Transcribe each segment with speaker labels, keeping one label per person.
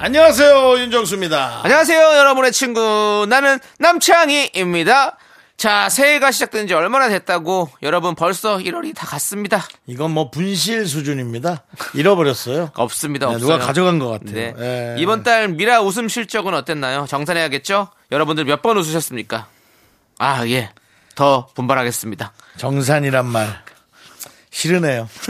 Speaker 1: 안녕하세요 윤정수입니다.
Speaker 2: 안녕하세요, 여러분의 친구. 나는 남창희입니다. 자, 새해가 시작된 지 얼마나 됐다고 여러분 벌써 1월이 다 갔습니다.
Speaker 1: 이건 뭐 분실 수준입니다. 잃어버렸어요.
Speaker 2: 없습니다.
Speaker 1: 네,
Speaker 2: 없어요.
Speaker 1: 누가 가져간 것 같아요.
Speaker 2: 네.
Speaker 1: 예.
Speaker 2: 이번 달 미라 웃음 실적은 어땠나요? 정산해야겠죠? 여러분들 몇 번 웃으셨습니까? 아, 예. 더 분발하겠습니다.
Speaker 1: 정산이란 말 싫으네요.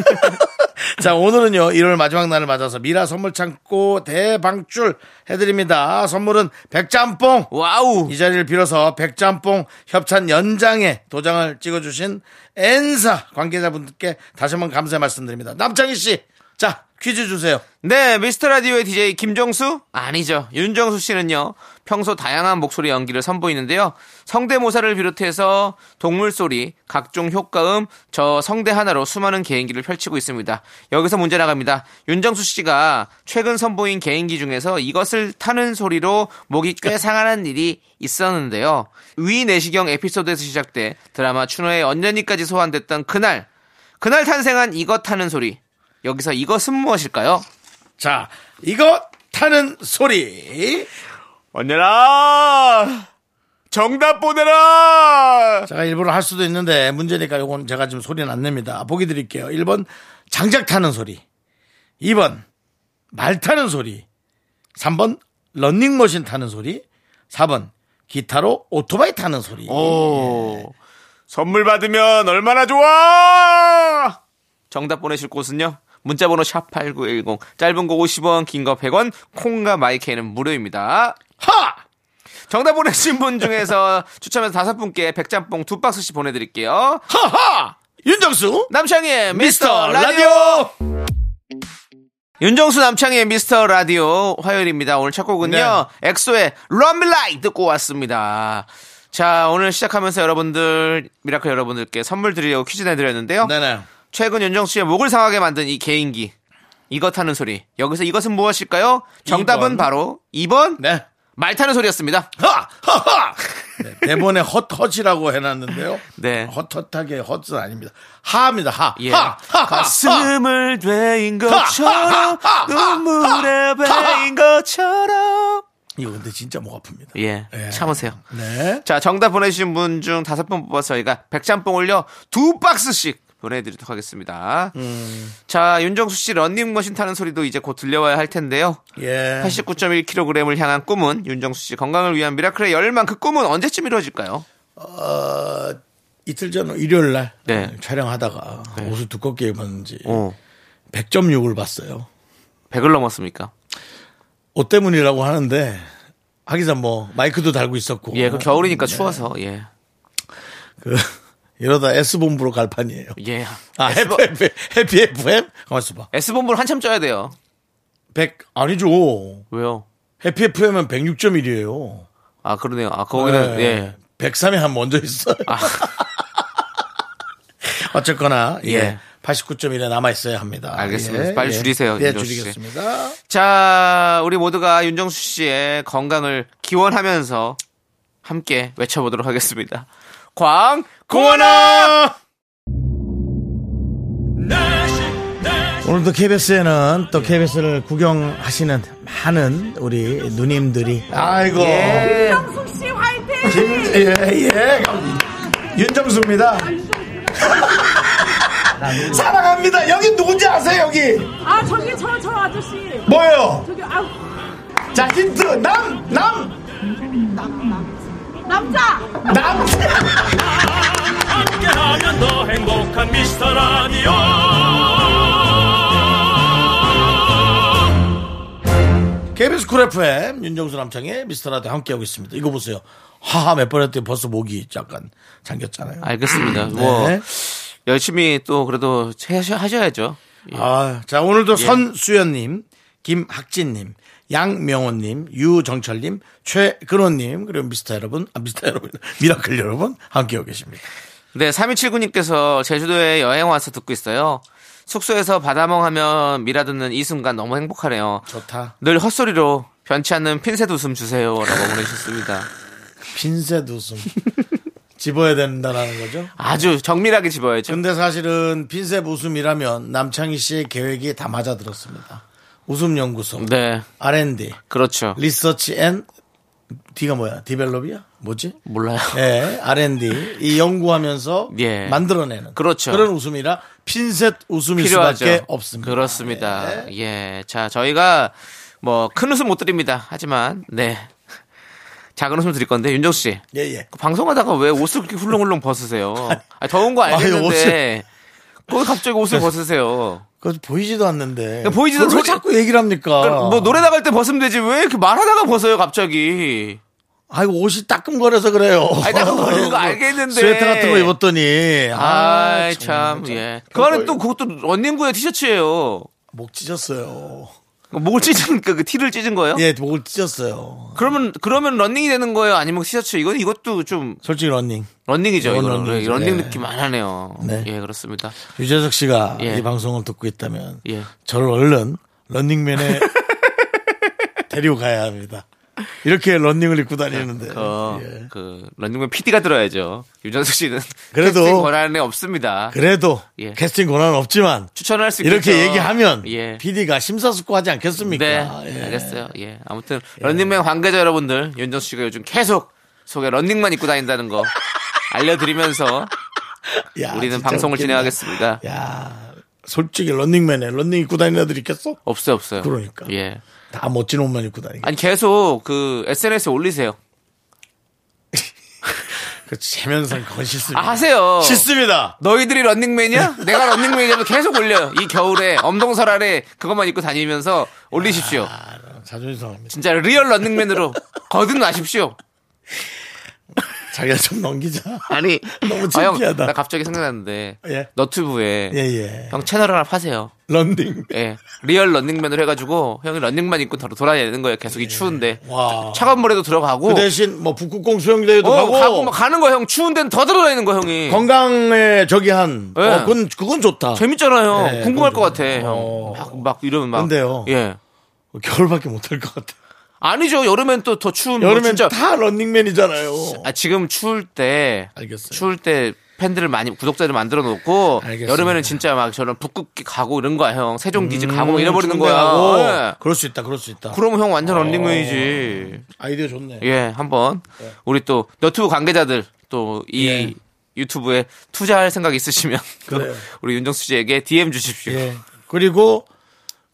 Speaker 1: 자 오늘은요 1월 마지막 날을 맞아서 미라 선물 창고 대방출 해드립니다. 선물은 백짬뽕
Speaker 2: 와우!
Speaker 1: 이 자리를 빌어서 백짬뽕 협찬 연장에 도장을 찍어주신 엔사 관계자분들께 다시 한번 감사의 말씀드립니다. 남창희 씨, 자 퀴즈 주세요.
Speaker 2: 네, 미스터 라디오의 DJ 김정수? 아니죠. 윤정수 씨는요, 평소 다양한 목소리 연기를 선보이는데요. 성대모사를 비롯해서 동물소리, 각종 효과음, 저 성대 하나로 수많은 개인기를 펼치고 있습니다. 여기서 문제 나갑니다. 윤정수 씨가 최근 선보인 개인기 중에서 이것을 타는 소리로 목이 꽤 상하는 일이 있었는데요. 위 내시경 에피소드에서 시작돼 드라마 춘호의 언년이까지 소환됐던 그날, 그날 탄생한 이것 타는 소리. 여기서 이것은 무엇일까요?
Speaker 1: 자 이거 타는 소리.
Speaker 2: 언니라 정답 보내라
Speaker 1: 제가 일부러 할 수도 있는데 문제니까 요건 제가 지금 소리는 안 냅니다. 보기 드릴게요. 1번 장작 타는 소리. 2번 말 타는 소리. 3번 런닝머신 타는 소리. 4번 기타로 오토바이 타는 소리.
Speaker 2: 오 예. 선물 받으면 얼마나 좋아 정답 보내실 곳은요 문자번호 샵8910 짧은 거 50원 긴 거 100원 콩과 마이크는 무료입니다
Speaker 1: 하!
Speaker 2: 정답 보내신 분 중에서 추첨해서 다섯 분께 백짬뽕 두 박스씩 보내드릴게요
Speaker 1: 하하! 윤정수!
Speaker 2: 남창희의
Speaker 1: 미스터
Speaker 2: 미스터 라디오
Speaker 1: 라디오!
Speaker 2: 윤정수 남창희의 미스터 라디오 화요일입니다. 오늘 첫 곡은요.
Speaker 1: 네.
Speaker 2: 엑소의 럼빌라이 듣고 왔습니다. 자, 오늘 시작하면서 여러분들, 미라클 여러분들께 선물 드리려고 퀴즈 내드렸는데요.
Speaker 1: 네네.
Speaker 2: 최근 윤정수 씨의 목을 상하게 만든 이 개인기. 이것 하는 소리. 여기서 이것은 무엇일까요? 정답은
Speaker 1: 이번.
Speaker 2: 바로 2번
Speaker 1: 네.
Speaker 2: 말 타는 소리였습니다.
Speaker 1: 하! 하하! 네, 대본에 헛헛이라고 해놨는데요.
Speaker 2: 네.
Speaker 1: 헛헛하게 헛은 아닙니다. 하입니다, 하.
Speaker 2: 예.
Speaker 1: 하! 하! 하! 하!
Speaker 2: 가슴을 베인
Speaker 1: 하,
Speaker 2: 것처럼
Speaker 1: 하, 하, 하,
Speaker 2: 눈물에 베인 것처럼
Speaker 1: 이거 근데 진짜 목 아픕니다.
Speaker 2: 예.
Speaker 1: 예.
Speaker 2: 참으세요.
Speaker 1: 네.
Speaker 2: 자, 정답 보내주신 분 중 다섯 분 뽑아서 저희가 백짬뽕 올려 두 박스씩 보내드리도록 하겠습니다. 음. 자, 윤정수 씨 런닝머신 타는 소리도 이제 곧 들려와야 할 텐데요. 네.
Speaker 1: 예.
Speaker 2: 89.1kg을 향한 꿈은 윤정수 씨 건강을 위한 미라클의 열망 그 꿈은 언제쯤 이루어질까요?
Speaker 1: 어, 이틀 전 일요일 날
Speaker 2: 네.
Speaker 1: 촬영하다가 옷을 두껍게 입었는지
Speaker 2: 어.
Speaker 1: 100.6을 봤어요.
Speaker 2: 100을 넘었습니까?
Speaker 1: 옷 때문이라고 하는데 하기전 뭐 마이크도 달고 있었고
Speaker 2: 예, 그 겨울이니까 추워서, 예.
Speaker 1: 그, 이러다 S본부로 갈 판이에요.
Speaker 2: 예.
Speaker 1: 아, 해피, 해피, 해피 FM? 가만 있어봐.
Speaker 2: S본부를 한참 쪄야 돼요.
Speaker 1: 100, 아니죠.
Speaker 2: 왜요?
Speaker 1: 해피 FM은 106.1이에요.
Speaker 2: 아, 그러네요. 아, 거기는, 예. 아.
Speaker 1: 103에 한 먼저 있어요. 어쨌거나, 예.
Speaker 2: 예.
Speaker 1: 89.1에 남아있어야 합니다.
Speaker 2: 알겠습니다. 빨리 줄이세요,
Speaker 1: 예,
Speaker 2: 윤정수 씨.
Speaker 1: 줄이겠습니다.
Speaker 2: 자, 우리 모두가 윤정수 씨의 건강을 기원하면서 함께 외쳐보도록 하겠습니다. 광, 고원아!
Speaker 1: 오늘도 KBS에는 또 KBS를 구경하시는 많은 우리 누님들이 아이고
Speaker 2: 예.
Speaker 1: 예예 윤정수입니다 사랑합니다 여기 누군지 아세요 여기
Speaker 3: 아 저기 저 저 아저씨
Speaker 1: 뭐예요
Speaker 3: 저기 아
Speaker 1: 자 힌트 남남
Speaker 3: 남자
Speaker 1: 남.
Speaker 4: 함께하면 더 행복한 미스터 라디오
Speaker 1: KBS 쿨 FM 윤정수 남창의 미스터라디오 함께하고 있습니다 이거 보세요 하하 몇 번 했더니 벌써 목이 약간 잠겼잖아요
Speaker 2: 알겠습니다.
Speaker 1: 네.
Speaker 2: 뭐, 열심히 또 그래도 하셔- 하셔야죠.
Speaker 1: 예. 아, 자, 오늘도 선수연님, 김학진님, 양명호님, 유정철님, 최근호님, 그리고 미스터 여러분, 아, 미스터 여러분, 미라클 여러분, 함께하고 계십니다.
Speaker 2: 네, 3279님께서 제주도에 여행 와서 듣고 있어요. 숙소에서 바다멍 하면 미라 듣는 이 순간 너무 행복하네요.
Speaker 1: 좋다.
Speaker 2: 늘 헛소리로 변치 않는 핀셋 웃음 주세요. 라고 보내주셨습니다.
Speaker 1: 핀셋 웃음. 집어야 된다라는 거죠.
Speaker 2: 아주 정밀하게 집어야죠.
Speaker 1: 근데 사실은 핀셋 웃음이라면 남창희 씨의 계획이 다 맞아들었습니다. 웃음연구소,
Speaker 2: 네,
Speaker 1: R&D,
Speaker 2: 그렇죠.
Speaker 1: 리서치 앤, D가 뭐야? 디벨롭이야? 뭐지?
Speaker 2: 몰라요.
Speaker 1: 예, R&D 이 연구하면서
Speaker 2: 예.
Speaker 1: 만들어내는
Speaker 2: 그렇죠.
Speaker 1: 그런 웃음이라 핀셋 웃음일
Speaker 2: 필요하죠.
Speaker 1: 수밖에 없습니다.
Speaker 2: 그렇습니다.
Speaker 1: 예.
Speaker 2: 예. 자, 저희가 뭐 큰 웃음 못 드립니다. 하지만 네. 작은 웃음 드릴 건데 윤정수 씨.
Speaker 1: 예, 예.
Speaker 2: 그 방송하다가 왜 옷을 그렇게 훌렁훌렁 벗으세요? 아, 더운 거 알겠는데. 왜
Speaker 1: 네.
Speaker 2: 갑자기 옷을 벗으세요?
Speaker 1: 그거 보이지도 않는데.
Speaker 2: 그냥 보이지도
Speaker 1: 그걸 왜
Speaker 2: 소리-
Speaker 1: 자꾸 얘기를 합니까?
Speaker 2: 그러니까 뭐 노래 나갈 때 벗으면 되지 왜 이렇게 말하다가 벗어요 갑자기?
Speaker 1: 아이고 옷이 따끔거려서 그래요.
Speaker 2: 아니, 따끔거리는 거 알겠는데.
Speaker 1: 스웨터 같은 거 입었더니
Speaker 2: 아, 참,
Speaker 1: 정말.
Speaker 2: 예. 그
Speaker 1: 그거
Speaker 2: 안에 또 그것도 런닝구의 티셔츠예요.
Speaker 1: 목 찢었어요.
Speaker 2: 목을 찢은 그, 그 티를 찢은 거예요?
Speaker 1: 예, 목을 찢었어요.
Speaker 2: 그러면 그러면 런닝이 되는 거예요? 아니면 티셔츠? 이건 이것도 좀
Speaker 1: 솔직히 런닝
Speaker 2: 런닝이죠.
Speaker 1: 이건
Speaker 2: 이거
Speaker 1: 런닝이죠.
Speaker 2: 런닝
Speaker 1: 네.
Speaker 2: 느낌 안 하네요.
Speaker 1: 네.
Speaker 2: 예, 그렇습니다.
Speaker 1: 유재석 씨가
Speaker 2: 예.
Speaker 1: 이 방송을 듣고 있다면
Speaker 2: 예.
Speaker 1: 저를 얼른 런닝맨에 데리고 가야 합니다. 이렇게 런닝을 입고 다니는데
Speaker 2: 그,
Speaker 1: 예.
Speaker 2: 그 런닝맨 PD가 들어야죠. 유전수 씨는
Speaker 1: 그래도-
Speaker 2: 캐스팅 권한이 없습니다.
Speaker 1: 그래도
Speaker 2: 예.
Speaker 1: 캐스팅 권한은 없지만
Speaker 2: 추천할 수 있겠죠.
Speaker 1: 이렇게 얘기하면
Speaker 2: 예.
Speaker 1: PD가 심사숙고하지 않겠습니까?
Speaker 2: 네,
Speaker 1: 예.
Speaker 2: 알겠어요. 예, 아무튼 런닝맨 관계자 여러분들, 윤정수 씨가 요즘 계속 속에 런닝만 입고 다닌다는 거 알려드리면서
Speaker 1: 야,
Speaker 2: 우리는
Speaker 1: 아, 진짜 예.
Speaker 2: 방송을
Speaker 1: 웃긴다.
Speaker 2: 진행하겠습니다.
Speaker 1: 야, 솔직히 런닝맨에 런닝 입고 다니는 애들 있겠어?
Speaker 2: 없어요, 없어요.
Speaker 1: 그러니까.
Speaker 2: 예,
Speaker 1: 다 멋진 옷만 입고 다니고.
Speaker 2: 아니 계속 그 SNS에 올리세요.
Speaker 1: 그 체면상 그건 싫습니다.
Speaker 2: 아 하세요.
Speaker 1: 싫습니다.
Speaker 2: 너희들이 런닝맨이야? 내가 런닝맨이라도 계속 올려요. 이 겨울에 엄동설 아래 그것만 입고 다니면서 올리십시오.
Speaker 1: 아, 자존심 상합니다.
Speaker 2: 진짜 리얼 런닝맨으로 거듭나십시오.
Speaker 1: 자기가 좀 넘기자.
Speaker 2: 아니,
Speaker 1: 너무
Speaker 2: 아, 형,
Speaker 1: 창피하다.
Speaker 2: 나 갑자기 생각났는데
Speaker 1: 예.
Speaker 2: 너튜브에
Speaker 1: 예, 예.
Speaker 2: 형 채널 하나 파세요.
Speaker 1: 런닝.
Speaker 2: 예. 리얼 런닝맨으로 해가지고 형이 런닝만 입고 바로 돌아다니는 거예요. 계속 이 추운데
Speaker 1: 와.
Speaker 2: 차가운 물에도 들어가고
Speaker 1: 그 대신 뭐 북극공 수영대회도
Speaker 2: 어,
Speaker 1: 가고,
Speaker 2: 가고 막 가는 거형 추운 데는 더 들어다니는 거 형이.
Speaker 1: 건강에 저기 한
Speaker 2: 예.
Speaker 1: 어, 그건 그건 좋다.
Speaker 2: 재밌잖아요.
Speaker 1: 네,
Speaker 2: 궁금할 것
Speaker 1: 그건
Speaker 2: 같아. 형.
Speaker 1: 어.
Speaker 2: 막, 막 이러면 막.
Speaker 1: 근데요.
Speaker 2: 예.
Speaker 1: 어, 겨울밖에 못 할 것 같아.
Speaker 2: 아니죠. 여름엔 또 더 추운 뭐
Speaker 1: 여름엔
Speaker 2: 진짜
Speaker 1: 다 런닝맨이잖아요.
Speaker 2: 아, 지금 추울 때
Speaker 1: 알겠어요.
Speaker 2: 추울 때 팬들을 많이 구독자를 만들어 놓고
Speaker 1: 알겠습니다.
Speaker 2: 여름에는 진짜 막 저런 북극기 가고 이런 거야 형 세종기지 아, 가고 막
Speaker 1: 음,
Speaker 2: 잃어버리는
Speaker 1: 충분하고.
Speaker 2: 거야. 예.
Speaker 1: 그럴 수 있다. 그럴 수 있다.
Speaker 2: 그러면 형 완전 런닝맨이지.
Speaker 1: 아이디어 좋네.
Speaker 2: 예, 한번 우리 또 너튜브 관계자들 또 이
Speaker 1: 예.
Speaker 2: 유튜브에 투자할 생각 있으시면 또
Speaker 1: 그래요.
Speaker 2: 우리 윤정수 씨에게 DM 주십시오.
Speaker 1: 예. 그리고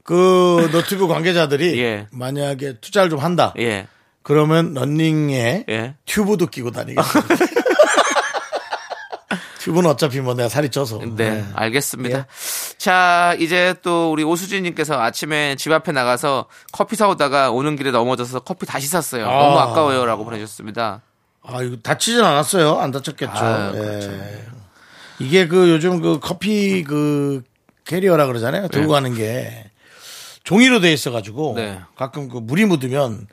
Speaker 1: 그 너튜브 관계자들이
Speaker 2: 예.
Speaker 1: 만약에 투자를 좀 한다.
Speaker 2: 예.
Speaker 1: 그러면 런닝에
Speaker 2: 예.
Speaker 1: 튜브도 끼고 다니겠어. 튜브는 어차피 뭐 내가 살이 쪄서.
Speaker 2: 네, 알겠습니다.
Speaker 1: 예.
Speaker 2: 자, 이제 또 우리 오수진님께서 아침에 집 앞에 나가서 커피 사오다가 오는 길에 넘어져서 커피 다시 샀어요. 너무
Speaker 1: 아.
Speaker 2: 아까워요. 라고 보내주셨습니다.
Speaker 1: 아, 이거 다치진 않았어요. 안 다쳤겠죠.
Speaker 2: 아유,
Speaker 1: 예.
Speaker 2: 그렇죠.
Speaker 1: 이게 그 요즘 그 커피 그 캐리어라 그러잖아요. 들고
Speaker 2: 네.
Speaker 1: 가는 게 종이로 돼 있어가지고
Speaker 2: 네.
Speaker 1: 가끔 그 물이 묻으면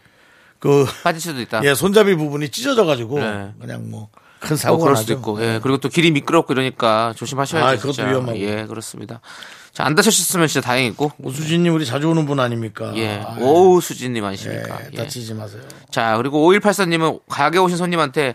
Speaker 1: 그
Speaker 2: 빠질 수도 있다.
Speaker 1: 예, 손잡이 부분이 찢어져가지고
Speaker 2: 네.
Speaker 1: 그냥 뭐 큰
Speaker 2: 뭐
Speaker 1: 사고가
Speaker 2: 그럴
Speaker 1: 나죠. 네.
Speaker 2: 수도 있고. 예. 그리고 또 길이 미끄럽고 이러니까 조심하셔야
Speaker 1: 아,
Speaker 2: 돼요.
Speaker 1: 그것도
Speaker 2: 진짜.
Speaker 1: 위험하고.
Speaker 2: 예, 그렇습니다. 자, 안 다쳤으면 진짜 다행이고.
Speaker 1: 오수진님 우리 자주 오는 분 아닙니까?
Speaker 2: 예.
Speaker 1: 아,
Speaker 2: 오수진님
Speaker 1: 예,
Speaker 2: 아니십니까? 예.
Speaker 1: 다치지 마세요.
Speaker 2: 자, 그리고 5184님은 가게 오신 손님한테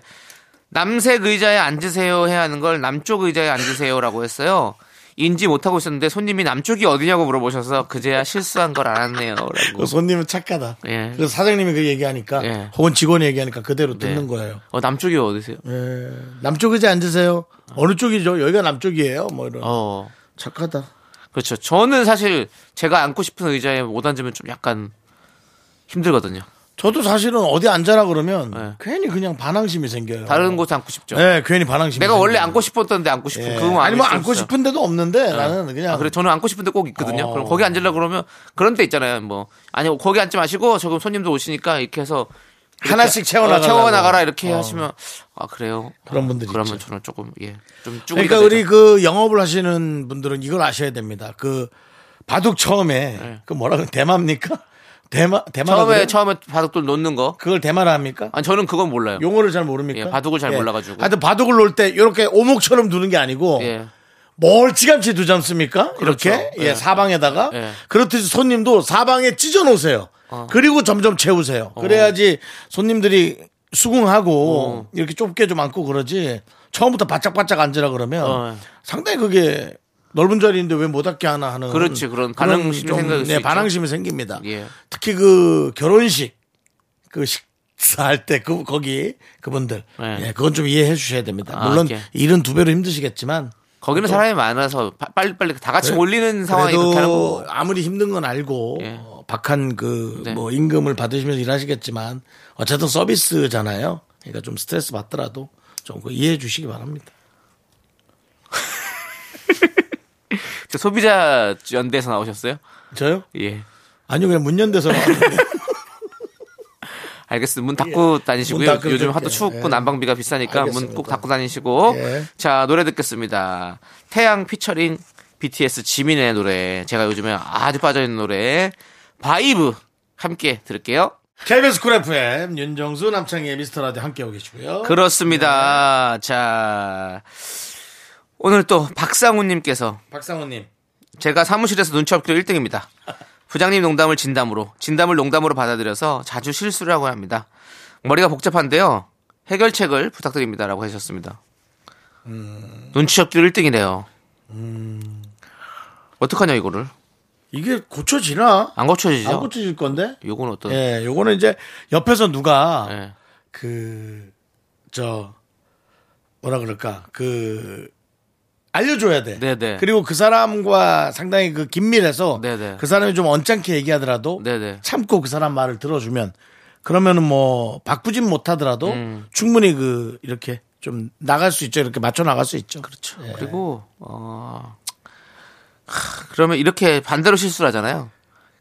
Speaker 2: 남색 의자에 앉으세요 해야 하는 걸 남쪽 의자에 앉으세요라고 했어요. 인지 못하고 있었는데 손님이 남쪽이 어디냐고 물어보셔서 그제야 실수한 걸 알았네요. 라고.
Speaker 1: 그 손님은 착하다.
Speaker 2: 예.
Speaker 1: 그래서 사장님이 그 얘기하니까
Speaker 2: 예.
Speaker 1: 혹은 직원이 얘기하니까 그대로
Speaker 2: 네.
Speaker 1: 듣는 거예요.
Speaker 2: 어, 남쪽이 어디세요?
Speaker 1: 예. 남쪽 의자 앉으세요. 어느 쪽이죠? 여기가 남쪽이에요. 뭐 이런.
Speaker 2: 어.
Speaker 1: 착하다.
Speaker 2: 그렇죠. 저는 사실 제가 앉고 싶은 의자에 못 앉으면 좀 약간 힘들거든요.
Speaker 1: 저도 사실은 어디 앉아라 그러면
Speaker 2: 네.
Speaker 1: 괜히 그냥 반항심이 생겨요.
Speaker 2: 다른 곳에 앉고 싶죠.
Speaker 1: 네, 괜히 반항심이.
Speaker 2: 내가 원래
Speaker 1: 생겨요.
Speaker 2: 앉고 싶었던데 앉고 싶은
Speaker 1: 예.
Speaker 2: 그건 아닐
Speaker 1: 아니 뭐
Speaker 2: 수
Speaker 1: 앉고
Speaker 2: 있어요.
Speaker 1: 싶은 데도 없는데 나는 그냥
Speaker 2: 아, 그래 저는 앉고 싶은데 꼭 있거든요.
Speaker 1: 어.
Speaker 2: 그럼 거기 앉으려 그러면 그런 데 있잖아요. 뭐 아니 거기 앉지 마시고 조금 손님도 오시니까 이렇게 해서 이렇게
Speaker 1: 하나씩 채워나가라고.
Speaker 2: 어, 채워나가라 이렇게
Speaker 1: 어.
Speaker 2: 하시면 아 그래요.
Speaker 1: 그런 분들이
Speaker 2: 그러면
Speaker 1: 있죠.
Speaker 2: 저는 조금 예좀
Speaker 1: 그러니까 우리 그 영업을 하시는 분들은 이걸 아셔야 됩니다. 그 바둑 처음에 그 뭐라 그래 대마입니까? 대마 대마
Speaker 2: 예. 처음에 처음에 바둑돌 놓는 거.
Speaker 1: 그걸 대마라 합니까?
Speaker 2: 아니 저는 그건 몰라요.
Speaker 1: 용어를 잘 모릅니까?
Speaker 2: 예, 바둑을 잘 몰라가지고.
Speaker 1: 하여튼 바둑을 놓을 때 이렇게 오목처럼 두는 게 아니고
Speaker 2: 예.
Speaker 1: 멀찌감치 두지 않습니까?
Speaker 2: 그렇죠.
Speaker 1: 이렇게 예,
Speaker 2: 예.
Speaker 1: 사방에다가
Speaker 2: 예.
Speaker 1: 그렇듯이 손님도 사방에 찢어 놓으세요. 그리고 점점 채우세요.
Speaker 2: 어.
Speaker 1: 그래야지 손님들이
Speaker 2: 어.
Speaker 1: 수긍하고 이렇게 좁게 좀 앉고 그러지 처음부터 바짝바짝 앉으라 그러면
Speaker 2: 어.
Speaker 1: 상당히 그게 넓은 자리인데 왜 못 앉게 하나 하는
Speaker 2: 그렇지, 그런 반항심이
Speaker 1: 좀,
Speaker 2: 생길 수
Speaker 1: 네,
Speaker 2: 있죠.
Speaker 1: 반항심이 생깁니다.
Speaker 2: 예.
Speaker 1: 특히 그 결혼식 그 식사할 때 그 거기 그분들
Speaker 2: 네.
Speaker 1: 예, 그건 좀 이해해 주셔야 됩니다.
Speaker 2: 아,
Speaker 1: 물론
Speaker 2: 오케이.
Speaker 1: 일은 두 배로 힘드시겠지만
Speaker 2: 거기는 사람이 많아서 파- 빨리빨리 다 같이 몰리는 상황이
Speaker 1: 그래도
Speaker 2: 그렇게 하는 거고.
Speaker 1: 아무리 힘든 건 알고
Speaker 2: 예.
Speaker 1: 어, 박한 그
Speaker 2: 네.
Speaker 1: 뭐 임금을 받으시면서 일하시겠지만 어쨌든 서비스잖아요. 그러니까 좀 스트레스 받더라도 좀그 이해해 주시기 바랍니다.
Speaker 2: 저 소비자 연대에서 나오셨어요?
Speaker 1: 저요?
Speaker 2: 예.
Speaker 1: 아니요 그냥 문연대서 나왔는데.
Speaker 2: 알겠습니다. 문 닫고
Speaker 1: 예. 문
Speaker 2: 다니시고요.
Speaker 1: 닫고
Speaker 2: 요즘 하도
Speaker 1: 이렇게.
Speaker 2: 추웠고
Speaker 1: 예.
Speaker 2: 난방비가 비싸니까 문
Speaker 1: 알겠습니다.
Speaker 2: 꼭 닫고 다니시고.
Speaker 1: 예.
Speaker 2: 자, 노래 듣겠습니다. 태양 피처링 BTS 지민의 노래. 제가 요즘에 아주 빠져있는 노래. 바이브. 함께 들을게요.
Speaker 1: KBS 쿨 FM 윤정수 남창희의 미스터라디오 함께하고 계시고요.
Speaker 2: 그렇습니다.
Speaker 1: 네.
Speaker 2: 자, 오늘 또 박상우님께서
Speaker 1: 박상호님
Speaker 2: 제가 사무실에서 눈치 없기로 1등입니다. 부장님 농담을 진담으로, 진담을 농담으로 받아들여서 자주 실수를 하고 합니다. 머리가 복잡한데요. 해결책을 부탁드립니다라고 하셨습니다. 눈치 없기로 1등이래요. 어떡하냐 이거를?
Speaker 1: 이게 고쳐지나?
Speaker 2: 안 고쳐지죠?
Speaker 1: 안 고쳐질 건데?
Speaker 2: 요건 어떤?
Speaker 1: 예, 요거는 이제 옆에서 누가
Speaker 2: 예.
Speaker 1: 그, 저, 뭐라 그럴까, 그, 알려줘야 돼.
Speaker 2: 네네.
Speaker 1: 그리고 그 사람과 상당히 그 긴밀해서
Speaker 2: 네네.
Speaker 1: 그 사람이 좀 언짢게 얘기하더라도
Speaker 2: 네네.
Speaker 1: 참고 그 사람 말을 들어주면 그러면은 뭐 바꾸진 못하더라도
Speaker 2: 음.
Speaker 1: 충분히 그 이렇게 좀 나갈 수 있죠. 이렇게 맞춰 나갈 수 있죠. 그렇죠.
Speaker 2: 그리고 어 하, 그러면 이렇게 반대로 실수를 하잖아요.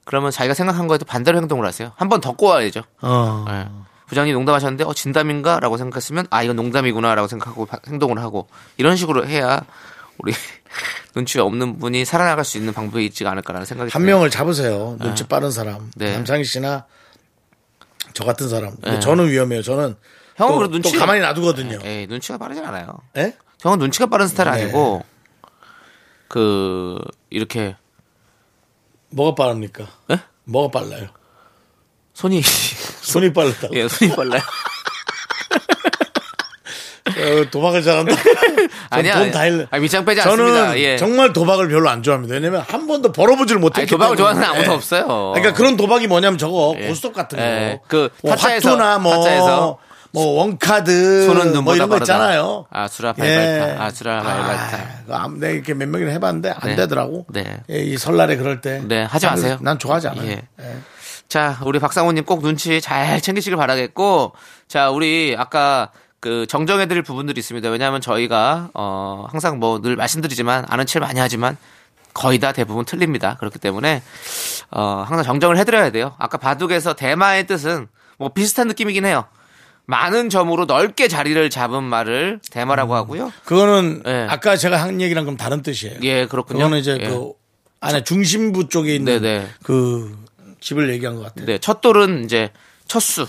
Speaker 2: 그러면 자기가 생각한 거에도 반대로 행동을 하세요. 한 번 더 꼬아야죠.
Speaker 1: 어.
Speaker 2: 예. 부장님 농담하셨는데 어 진담인가라고 생각했으면 아 이건 농담이구나라고 생각하고 바- 행동을 하고 이런 식으로 해야 우리 눈치 없는 분이 살아나갈 수 있는 방법이 있지 않을까라는 생각이
Speaker 1: 한
Speaker 2: 드네요.
Speaker 1: 명을 잡으세요. 눈치 빠른 사람.
Speaker 2: 네.
Speaker 1: 남창희 씨나 저 같은 사람. 근데 저는 위험해요. 저는
Speaker 2: 형은
Speaker 1: 또,
Speaker 2: 그래도 눈치- 네.
Speaker 1: 또 가만히 놔두거든요.
Speaker 2: 에이 눈치가 빠르진 않아요.
Speaker 1: 예?
Speaker 2: 저는 눈치가 빠른 스타일
Speaker 1: 네.
Speaker 2: 아니고 그 이렇게
Speaker 1: 뭐가 빠릅니까?
Speaker 2: 예?
Speaker 1: 뭐가 빨라요?
Speaker 2: 손이
Speaker 1: 손이 빠르다고.
Speaker 2: 예 손이 빨라요.
Speaker 1: 어, 도박을 잘한다.
Speaker 2: 아니야,
Speaker 1: 돈다
Speaker 2: 아니야.
Speaker 1: 일.
Speaker 2: 아, 밑장 빼지
Speaker 1: 저는
Speaker 2: 않습니다. 예.
Speaker 1: 정말 도박을 별로 안 좋아합니다. 왜냐면 한 번도 벌어보질 못했기
Speaker 2: 아니, 도박을
Speaker 1: 때문에.
Speaker 2: 좋아하는 아무도 없어요.
Speaker 1: 그러니까 그런 도박이 뭐냐면 저거
Speaker 2: 예.
Speaker 1: 고스톱 같은
Speaker 2: 예.
Speaker 1: 거.
Speaker 2: 그
Speaker 1: 뭐
Speaker 2: 타짜에서,
Speaker 1: 화투나 뭐,
Speaker 2: 타짜에서.
Speaker 1: 뭐 원카드
Speaker 2: 손은 눈보다
Speaker 1: 뭐 이런 거
Speaker 2: 빠르다.
Speaker 1: 있잖아요. 예.
Speaker 2: 아수라 발발타, 아수라 발발타.
Speaker 1: 아, 그거 아무- 내가 이렇게 몇 명이나 해봤는데 안
Speaker 2: 네.
Speaker 1: 되더라고.
Speaker 2: 네.
Speaker 1: 예, 이 설날에 그럴 때.
Speaker 2: 네, 하지
Speaker 1: 난-
Speaker 2: 마세요.
Speaker 1: 난 좋아하지 않아요.
Speaker 2: 예.
Speaker 1: 예.
Speaker 2: 자, 우리 박상호님 꼭 눈치 잘 챙기시길 바라겠고, 자, 우리 아까 그 정정해드릴 부분들이 있습니다. 왜냐하면 저희가 어 항상 뭐 늘 말씀드리지만 아는 체를 많이 하지만 거의 다 대부분 틀립니다. 그렇기 때문에 어 항상 정정을 해드려야 돼요. 아까 바둑에서 대마의 뜻은 뭐 비슷한 느낌이긴 해요. 많은 점으로 넓게 자리를 잡은 말을 대마라고
Speaker 1: 음.
Speaker 2: 하고요.
Speaker 1: 그거는
Speaker 2: 예.
Speaker 1: 아까 제가 한 얘기랑 그럼 다른 뜻이에요.
Speaker 2: 예, 그렇군요.
Speaker 1: 그거는 이제
Speaker 2: 예.
Speaker 1: 그 안에 중심부 쪽에 있는
Speaker 2: 네네.
Speaker 1: 그 집을 얘기한 것 같아요.
Speaker 2: 네, 첫돌은 이제 첫수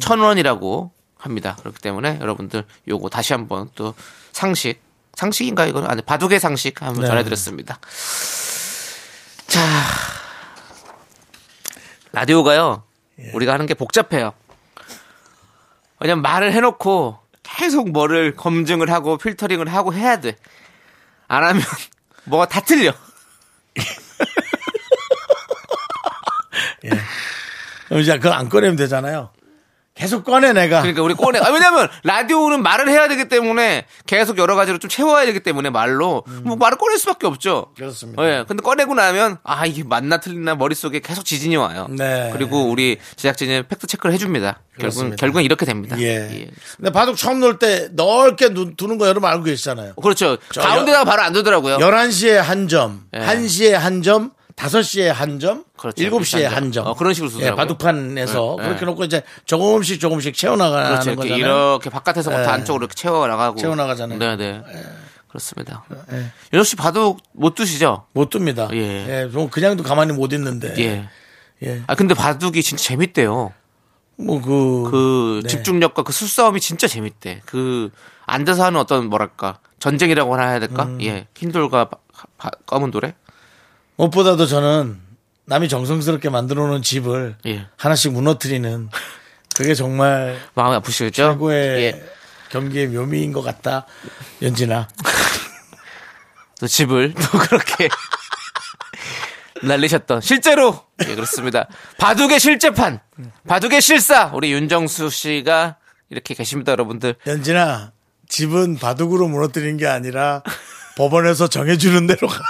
Speaker 2: 천 원이라고 합니다. 그렇기 때문에 여러분들 요거 다시 한번 또 상식 상식인가 이건 아니 바둑의 상식 한번
Speaker 1: 네.
Speaker 2: 전해드렸습니다. 자 라디오가요 우리가 하는 게 복잡해요. 왜냐면 말을 해놓고 계속 뭐를 검증을 하고 필터링을 하고 해야 돼. 안 하면 뭐가 다 틀려.
Speaker 1: 그럼 이제 그거 안 꺼내면 되잖아요. 계속 꺼내 내가.
Speaker 2: 그러니까 우리 꺼내. 아, 왜냐면 라디오는 말을 해야 되기 때문에 계속 여러 가지로 좀 채워야 되기 때문에 말로 뭐 말을 꺼낼 수밖에 없죠.
Speaker 1: 음. 그렇습니다.
Speaker 2: 예. 근데 꺼내고 나면 아 이게 맞나 틀리나 머릿속에 계속 지진이 와요.
Speaker 1: 네.
Speaker 2: 그리고 우리 제작진이 팩트 체크를 해줍니다. 결국은
Speaker 1: 그렇습니다.
Speaker 2: 결국은 이렇게 됩니다.
Speaker 1: 예.
Speaker 2: 예.
Speaker 1: 근데 바둑 처음 놓을 때 넓게 눈- 두는 거 여러분 알고 계시잖아요.
Speaker 2: 그렇죠.
Speaker 1: 저
Speaker 2: 가운데다가 바로 안 두더라고요.
Speaker 1: 11시에 한 점,
Speaker 2: 예.
Speaker 1: 1시에 한 점, 5시에 한 점,
Speaker 2: 그렇죠.
Speaker 1: 7시에
Speaker 2: 한 점.
Speaker 1: 한 점.
Speaker 2: 어, 그런 식으로
Speaker 1: 예,
Speaker 2: 쓰더라고요.
Speaker 1: 바둑판에서
Speaker 2: 예, 예.
Speaker 1: 그렇게 놓고 이제 조금씩 조금씩 채워나가는
Speaker 2: 그렇죠. 이렇게,
Speaker 1: 아, 거잖아요.
Speaker 2: 이렇게 바깥에서부터
Speaker 1: 예.
Speaker 2: 안쪽으로 이렇게 채워 나가고. 네,
Speaker 1: 채워나가잖아요.
Speaker 2: 네네. 그렇습니다.
Speaker 1: 예.
Speaker 2: 윤정 씨 봐도 못 드시죠?
Speaker 1: 못 둡니다.
Speaker 2: 예.
Speaker 1: 예. 좀 그냥도 가만히 못 있는데.
Speaker 2: 예.
Speaker 1: 예.
Speaker 2: 아 근데 바둑이 진짜 재밌대요.
Speaker 1: 뭐 그.
Speaker 2: 그
Speaker 1: 네.
Speaker 2: 집중력과 그 술싸움이 진짜 재밌대. 그 앉아서 하는 어떤 뭐랄까 전쟁이라고 하나 해야 될까?
Speaker 1: 음.
Speaker 2: 예, 흰돌과 바- 바- 검은 돌에.
Speaker 1: 무엇보다도 저는 남이 정성스럽게 만들어 놓은 집을
Speaker 2: 예.
Speaker 1: 하나씩 무너뜨리는 그게 정말
Speaker 2: 마음이 아프시겠죠?
Speaker 1: 최고의
Speaker 2: 예.
Speaker 1: 경기의 묘미인 것 같다. 연진아.
Speaker 2: 또 집을 또 그렇게 날리셨던 실제로 예 그렇습니다. 바둑의 실제판, 바둑의 실사 우리 윤정수 씨가 이렇게 계십니다, 여러분들.
Speaker 1: 연진아, 집은 바둑으로 무너뜨린 게 아니라 법원에서 정해주는 대로 가.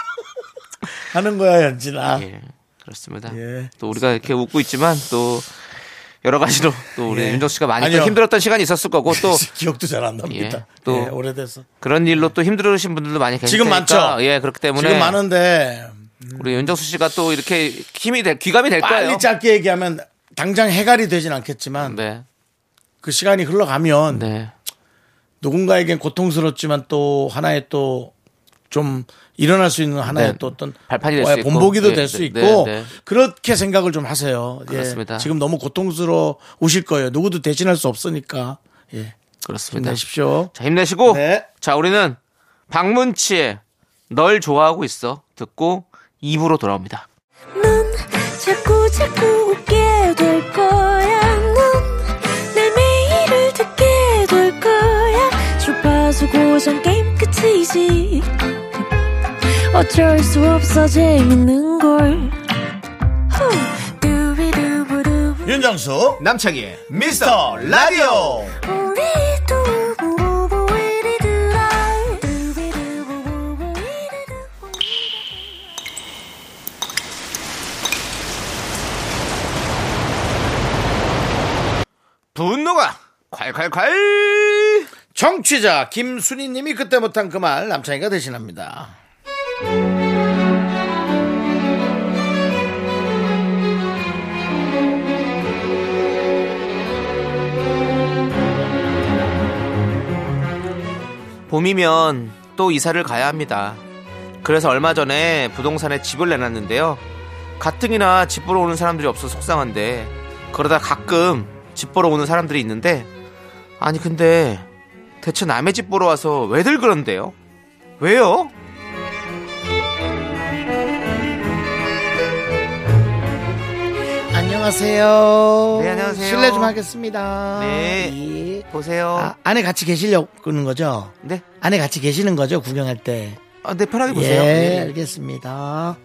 Speaker 1: 하는 거야, 연진아.
Speaker 2: 예, 그렇습니다.
Speaker 1: 예.
Speaker 2: 또 우리가 이렇게 웃고 있지만 또 여러 가지로 또 우리
Speaker 1: 예.
Speaker 2: 윤정 씨가 많이 또
Speaker 1: 아니요. 예.
Speaker 2: 힘들었던 시간이 있었을 거고 또
Speaker 1: 기억도 잘 안 납니다.
Speaker 2: 예, 또
Speaker 1: 예, 오래돼서.
Speaker 2: 그런 일로 또 힘들으신 분들도 많이 계시니까
Speaker 1: 지금 많죠?
Speaker 2: 예, 그렇기 때문에
Speaker 1: 지금 많은데
Speaker 2: 우리 윤정수 씨가 또 이렇게 힘이 될 귀감이 될 거예요.
Speaker 1: 빨리 짧게 얘기하면 당장 해갈이 되진 않겠지만
Speaker 2: 네,
Speaker 1: 그 시간이 흘러가면
Speaker 2: 네,
Speaker 1: 누군가에겐 고통스럽지만 또 하나의 또 좀 일어날 수 있는 하나의
Speaker 2: 네.
Speaker 1: 또 어떤
Speaker 2: 발판이 될수
Speaker 1: 어,
Speaker 2: 있고.
Speaker 1: 본보기도
Speaker 2: 네,
Speaker 1: 될 수
Speaker 2: 네,
Speaker 1: 있고
Speaker 2: 네, 네.
Speaker 1: 그렇게 생각을 좀 하세요. 예.
Speaker 2: 그렇습니다.
Speaker 1: 지금 너무 고통스러우실 거예요. 누구도 대신할 수 없으니까 예.
Speaker 2: 그렇습니다.
Speaker 1: 힘내십시오.
Speaker 2: 자, 힘내시고
Speaker 1: 네.
Speaker 2: 자, 우리는 박문치의 널 좋아하고 있어 듣고 입으로 돌아옵니다.
Speaker 5: 넌 자꾸 자꾸 웃게 될 거야. 넌내 매일을 듣게 될 거야. 주파수 고정 게임 끝이지. 어쩔 수 없어 재밌는 걸. 후. 두비두부두.
Speaker 1: 윤정수
Speaker 2: 남창희의
Speaker 1: 미스터 라디오
Speaker 5: 우리 두부부부 우리 두라. 두비두부부부 우리 두부.
Speaker 2: 분노가 콸콸콸
Speaker 1: 정취자 김순희님이 그때 못한 그 말 남창이가 대신합니다.
Speaker 2: 봄이면 또 이사를 가야 합니다. 그래서 얼마 전에 부동산에 집을 내놨는데요. 가뜩이나 집 보러 오는 사람들이 없어 속상한데 그러다 가끔 집 보러 오는 사람들이 있는데 아니 근데 대체 남의 집 보러 와서 왜들 그런데요? 왜요?
Speaker 1: 안녕하세요.
Speaker 2: 네, 안녕하세요.
Speaker 1: 실례 좀 하겠습니다.
Speaker 2: 네.
Speaker 1: 예.
Speaker 2: 보세요.
Speaker 1: 아, 안에 같이 계시려는 거죠?
Speaker 2: 네.
Speaker 1: 안에 같이 계시는 거죠? 구경할 때.
Speaker 2: 아, 네 편하게 보세요.
Speaker 1: 예,
Speaker 2: 네.
Speaker 1: 알겠습니다.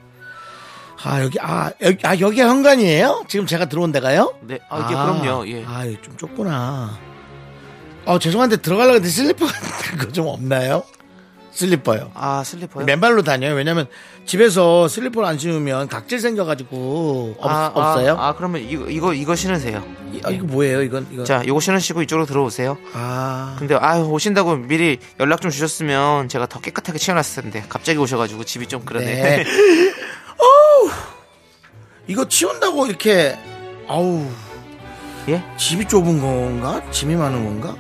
Speaker 1: 아, 여기, 아, 여기, 아, 여기가 현관이에요? 지금 제가 들어온 데가요?
Speaker 2: 네. 아, 이게 그럼요. 예.
Speaker 1: 아, 여기 좀 좁구나. 어, 죄송한데 들어가려고 했는데 슬리퍼 같은 거 좀 없나요? 슬리퍼요.
Speaker 2: 아, 슬리퍼요?
Speaker 1: 맨발로 다녀요. 왜냐면 집에서 슬리퍼를 안 신으면 각질 생겨가지고 없,
Speaker 2: 아,
Speaker 1: 어요
Speaker 2: 아, 아, 그러면 이거 이거 이거 신으세요.
Speaker 1: 아, 이거 뭐예요? 이건, 이거.
Speaker 2: 자, 요거 신으시고 이쪽으로 들어오세요.
Speaker 1: 아.
Speaker 2: 근데 아유 오신다고 미리 연락 좀 주셨으면 제가 더 깨끗하게 치워놨을 텐데 갑자기 오셔가지고 집이 좀 그러네.
Speaker 1: 네. 어우, 이거 치운다고 이렇게 아우
Speaker 2: 예?
Speaker 1: 집이 좁은 건가? 짐이 많은 건가?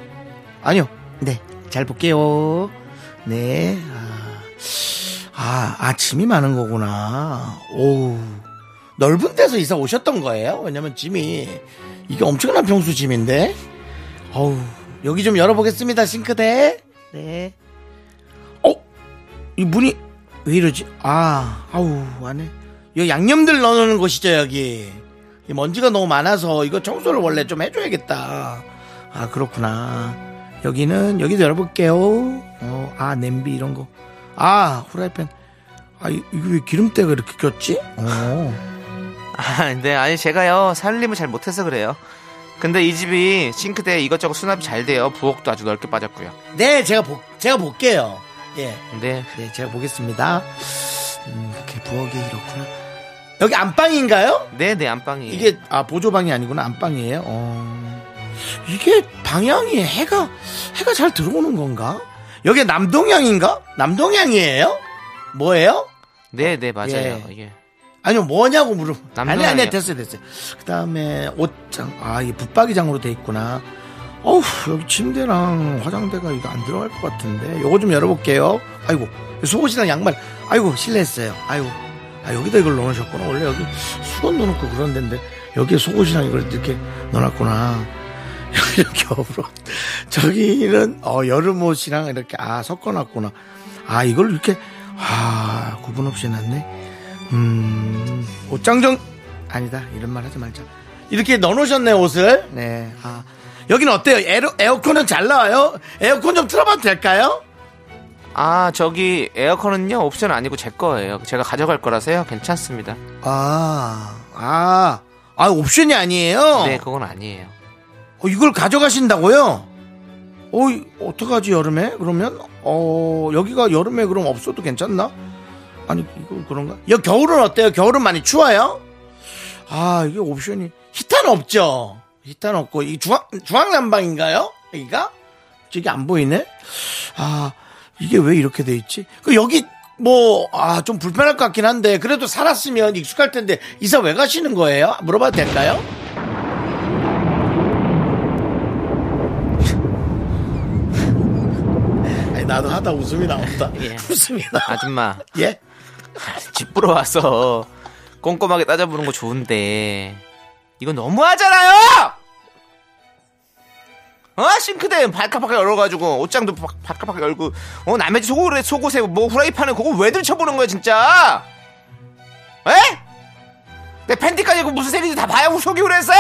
Speaker 1: 아니요. 네. 잘 볼게요. 네. 아, 아, 아, 짐이 많은 거구나. 오우. 넓은 데서 이사 오셨던 거예요? 왜냐면 짐이 이게 엄청난 평수 짐인데. 어우. 여기 좀 열어보겠습니다. 싱크대. 네. 어? 이 문이 왜 이러지? 아, 아우, 안에. 이 양념들 넣어놓는 곳이죠, 여기. 이 먼지가 너무 많아서 이거 청소를 원래 좀 해줘야겠다. 아, 그렇구나. 여기는, 여기도 열어볼게요. 어, 아, 냄비 이런 거. 아, 후라이팬. 아, 이- 이거 왜 기름때가 이렇게 꼈지? 어.
Speaker 2: 아, 네 아니 제가요 살림을 잘 못해서 그래요. 근데 이 집이 싱크대에 이것저것 수납이 잘 돼요. 부엌도 아주 넓게 빠졌고요.
Speaker 1: 네, 제가 보, 제가 볼게요. 예.
Speaker 2: 근데
Speaker 1: 네, 제가 보겠습니다. 음, 이렇게 부엌이 이렇구나. 여기 안방인가요?
Speaker 2: 네네 안방이
Speaker 1: 이게 아 보조방이 아니구나 안방이에요. 어. 이게 방향이 해가 해가 잘 들어오는 건가? 여기 남동향인가? 남동향이에요? 뭐예요?
Speaker 2: 네네 맞아요.
Speaker 1: 예.
Speaker 2: 이게
Speaker 1: 아니요 뭐냐고 물어.
Speaker 2: 남동향이요.
Speaker 1: 아, 아니 아니 됐어요 됐어요. 그다음에 옷장 아이 붙박이장으로 돼 있구나. 어우 여기 침대랑 화장대가 이거 안 들어갈 것 같은데 요거 좀 열어볼게요 아이고 속옷이랑 양말 아이고 실례했어요 아이고 아 여기다 이걸 넣으셨구나 원래 여기 수건 넣어놓고 그런 데인데 여기에 속옷이랑 이걸 이렇게 넣어놨구나 이렇게 겨울옷 저기는 어, 여름옷이랑 이렇게 아 섞어놨구나 아 이걸 이렇게 아 구분 없이 해놨네 음 옷장정 아니다 이런 말 하지 말자 이렇게 넣어놓으셨네 옷을 네 아, 여기는 어때요 에어, 에어컨은 잘 나와요 에어컨 좀 틀어봐도 될까요
Speaker 2: 아 저기 에어컨은요 옵션 아니고 제 거예요. 제가 가져갈 거라서요. 괜찮습니다.
Speaker 1: 아아 아, 아, 옵션이 아니에요
Speaker 2: 네 그건 아니에요.
Speaker 1: 어, 이걸 가져가신다고요? 어, 이- 어떡하지, 여름에? 그러면? 어, 여기가 여름에 그럼 없어도 괜찮나? 아니, 이거 그런가? 여, 겨울은 어때요? 겨울은 많이 추워요? 아, 이게 옵션이. 히타는 없죠? 히타는 없고, 이 중앙, 중앙난방인가요? 여기가? 저기 안 보이네? 아, 이게 왜 이렇게 돼 있지? 그 여기, 뭐, 아, 좀 불편할 것 같긴 한데, 그래도 살았으면 익숙할 텐데, 이사 왜 가시는 거예요? 물어봐도 될까요? 아니, 나도 하다 웃음이 나온다.
Speaker 2: 예.
Speaker 1: 웃음이 나.
Speaker 2: 아줌마
Speaker 1: 예?
Speaker 2: 집 보러 와서 꼼꼼하게 따져보는 거 좋은데 이거 너무하잖아요. 어 싱크대 발칵발칵 열어가지고 옷장도 바- 발칵발칵 열고 어 남의 집 속옷에 속옷에 뭐 후라이팬에 그거 왜 들춰보는 거야 진짜? 에? 내 팬티까지 그 무슨 셀인지 다 봐야 속이 그랬어?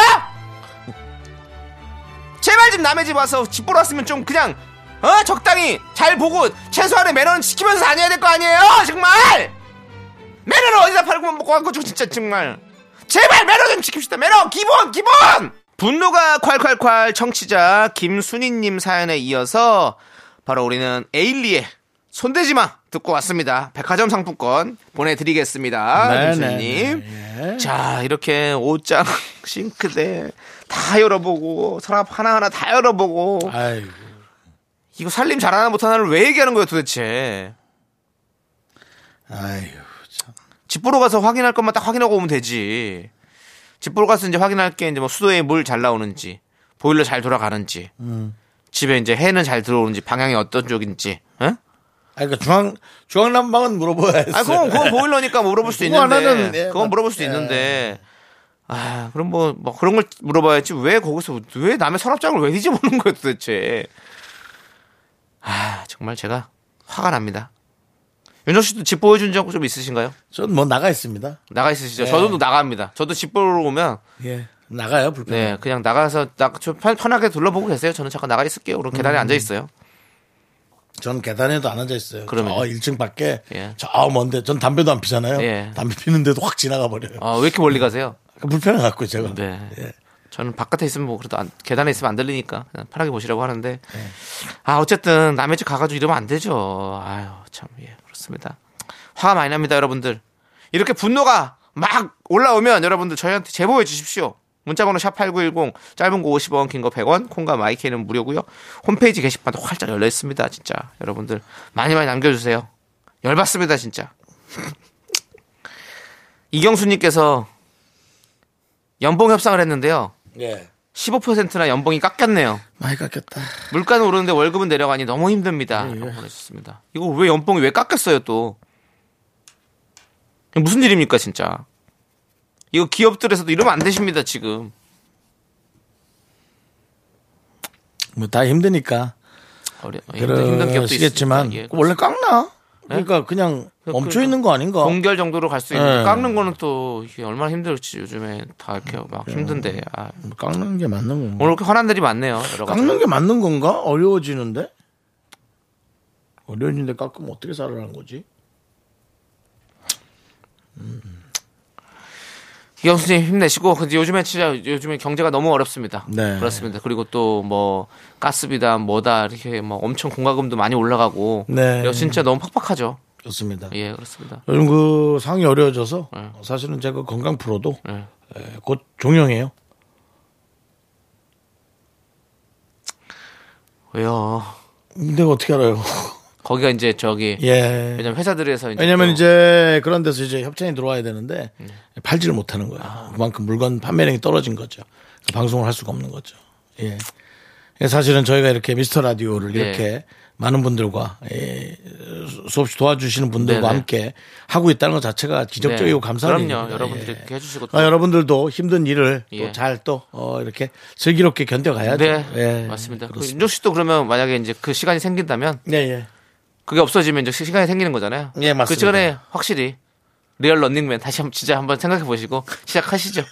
Speaker 2: 제발 좀 남의 집 와서 집 보러 왔으면 좀 그냥 어 적당히 잘 보고 최소한의 매너는 지키면서 다녀야 될 거 아니에요 정말 매너는 어디다 팔고 뭐 먹고 한 거죠 진짜 정말 제발 매너 좀 지킵시다 매너 기본 기본 분노가 콸콸콸 청취자 김순희님 사연에 이어서 바로 우리는 에일리의 손대지마 듣고 왔습니다 백화점 상품권 보내드리겠습니다
Speaker 1: 네네.
Speaker 2: 김순희님 자 이렇게 옷장 싱크대 다 열어보고 서랍 하나하나 다 열어보고
Speaker 1: 아이고.
Speaker 2: 이거 살림 잘하나 못하나를 왜 얘기하는 거야 도대체
Speaker 1: 아이고.
Speaker 2: 집 보러 가서 확인할 것만 딱 확인하고 오면 되지 집 보러 가서 이제 확인할 게 이제 뭐 수도에 물 잘 나오는지 보일러 잘 돌아가는지 집에 이제 해는 잘 들어오는지 방향이 어떤 쪽인지 응?
Speaker 1: 아, 그러니까 중앙 중앙난방은 물어봐야 했어요.
Speaker 2: 아, 그건, 그건 보일러니까 물어볼 수도
Speaker 1: 그거
Speaker 2: 있는데.
Speaker 1: 하나는, 예,
Speaker 2: 그건 물어볼 수도
Speaker 1: 예.
Speaker 2: 있는데. 아, 그럼 뭐, 뭐 그런 걸 물어봐야지. 왜 거기서, 왜 남의 서랍장을 왜 뒤집어놓는 거야 도대체. 아, 정말 제가 화가 납니다. 윤정 씨도 집 보여준 적 좀 있으신가요?
Speaker 1: 전뭐 나가 있습니다.
Speaker 2: 나가 있으시죠?
Speaker 1: 네.
Speaker 2: 저도 나갑니다. 저도 집 보러 오면,
Speaker 1: 예. 나가요, 불편.
Speaker 2: 네, 그냥 나가서, 나, 좀 편, 편하게 둘러보고 계세요. 저는 잠깐 나가 있을게요. 그럼 계단에 앉아있어요.
Speaker 1: 전 계단에도 안 앉아 있어요.
Speaker 2: 그러면.
Speaker 1: 저 1층 밖에
Speaker 2: 예.
Speaker 1: 저 먼데 전 담배도 안 피잖아요.
Speaker 2: 예.
Speaker 1: 담배 피는데도 확 지나가 버려요. 그러니까
Speaker 2: 아, 왜 이렇게 멀리 가세요?
Speaker 1: 불편해 갖고 제가.
Speaker 2: 네.
Speaker 1: 예.
Speaker 2: 저는 바깥에 있으면 뭐 그래도 안- 계단에 있으면 안 들리니까 그냥 편하게 보시라고 하는데 아 어쨌든 남의 집 가가지고 이러면 안 되죠. 아유 참 예 그렇습니다. 화가 많이 납니다 여러분들. 이렇게 분노가 막 올라오면 여러분들 저희한테 제보해 주십시오. 문자번호 샵8910 짧은 거 50원 긴 거 100원 콩과 마이크는 무료고요. 홈페이지 게시판도 활짝 열려 있습니다. 진짜 여러분들 많이 많이 남겨주세요. 열받습니다 진짜. 이경수님께서 연봉 협상을 했는데요.
Speaker 1: 예.
Speaker 2: 15%나 연봉이 깎였네요.
Speaker 1: 많이 깎였다.
Speaker 2: 물가는 오르는데 월급은 내려가니 너무 힘듭니다.
Speaker 1: 예,
Speaker 2: 라고 보내셨습니다. 이거 왜 연봉이 왜 깎였어요 또? 이거 무슨 일입니까 진짜? 이거 기업들에서도 이러면 안 되십니다 지금.
Speaker 1: 뭐 다 힘드니까.
Speaker 2: 어려, 예, 힘든, 힘든 기업도
Speaker 1: 그러시겠지만
Speaker 2: 있습니다. 예,
Speaker 1: 원래 깎나? 그러니까 그냥 멈춰 있는 거 아닌가?
Speaker 2: 동결 정도로 갈 수 있는
Speaker 1: 예.
Speaker 2: 깎는 거는 또 이게 얼마나 힘들지 요즘에 다 이렇게 막
Speaker 1: 예.
Speaker 2: 힘든데 아,
Speaker 1: 깎는 게 맞는 건가?
Speaker 2: 오늘 이렇게 화난 날이 많네요. 여러 가지.
Speaker 1: 깎는 게 맞는 건가? 어려워지는데? 어려워지는데 깎으면 어떻게 살아라는 거지?
Speaker 2: 기영수님 힘내시고 근데 요즘에 진짜 요즘에 경제가 너무 어렵습니다.
Speaker 1: 네.
Speaker 2: 그렇습니다. 그리고 또 뭐 가스비다 뭐다 이렇게 뭐 엄청 공과금도 많이 올라가고
Speaker 1: 네.
Speaker 2: 이거 진짜 너무 팍팍하죠.
Speaker 1: 좋습니다.
Speaker 2: 예 그렇습니다.
Speaker 1: 요즘 그 상이 어려워져서 사실은 제가 건강 프로도
Speaker 2: 예.
Speaker 1: 예, 곧 종영해요.
Speaker 2: 왜요?
Speaker 1: 근데 어떻게 알아요?
Speaker 2: 거기가 이제 저기
Speaker 1: 예.
Speaker 2: 왜냐면 회사들에서 이제
Speaker 1: 왜냐면
Speaker 2: 또-
Speaker 1: 이제 그런 데서 이제 협찬이 들어와야 되는데 팔지를 못하는
Speaker 2: 아.
Speaker 1: 거예요. 그만큼 물건 판매량이 떨어진 거죠. 방송을 할 수가 없는 거죠. 예. 예, 사실은 저희가 이렇게 미스터 라디오를
Speaker 2: 예.
Speaker 1: 이렇게 많은 분들과 예, 수없이 도와주시는 분들과
Speaker 2: 네네.
Speaker 1: 함께 하고 있다는 것 자체가 기적적이고
Speaker 2: 네.
Speaker 1: 감사한
Speaker 2: 그럼요.
Speaker 1: 일입니다.
Speaker 2: 여러분들이
Speaker 1: 예.
Speaker 2: 이렇게 해주시고 또-
Speaker 1: 아, 여러분들도 힘든 일을
Speaker 2: 예.
Speaker 1: 또 잘 또 어, 이렇게 슬기롭게 견뎌가야죠.
Speaker 2: 네,
Speaker 1: 예,
Speaker 2: 맞습니다. 그
Speaker 1: 그렇습니다.
Speaker 2: 윤종 씨도 그러면 만약에 이제 그 시간이 생긴다면
Speaker 1: 네, 예.
Speaker 2: 그게 없어지면 이제 시간이 생기는 거잖아요.
Speaker 1: 예, 맞습니다.
Speaker 2: 그 시간에 확실히 리얼 런닝맨 다시 한번 진짜 한번 생각해 보시고 시작하시죠.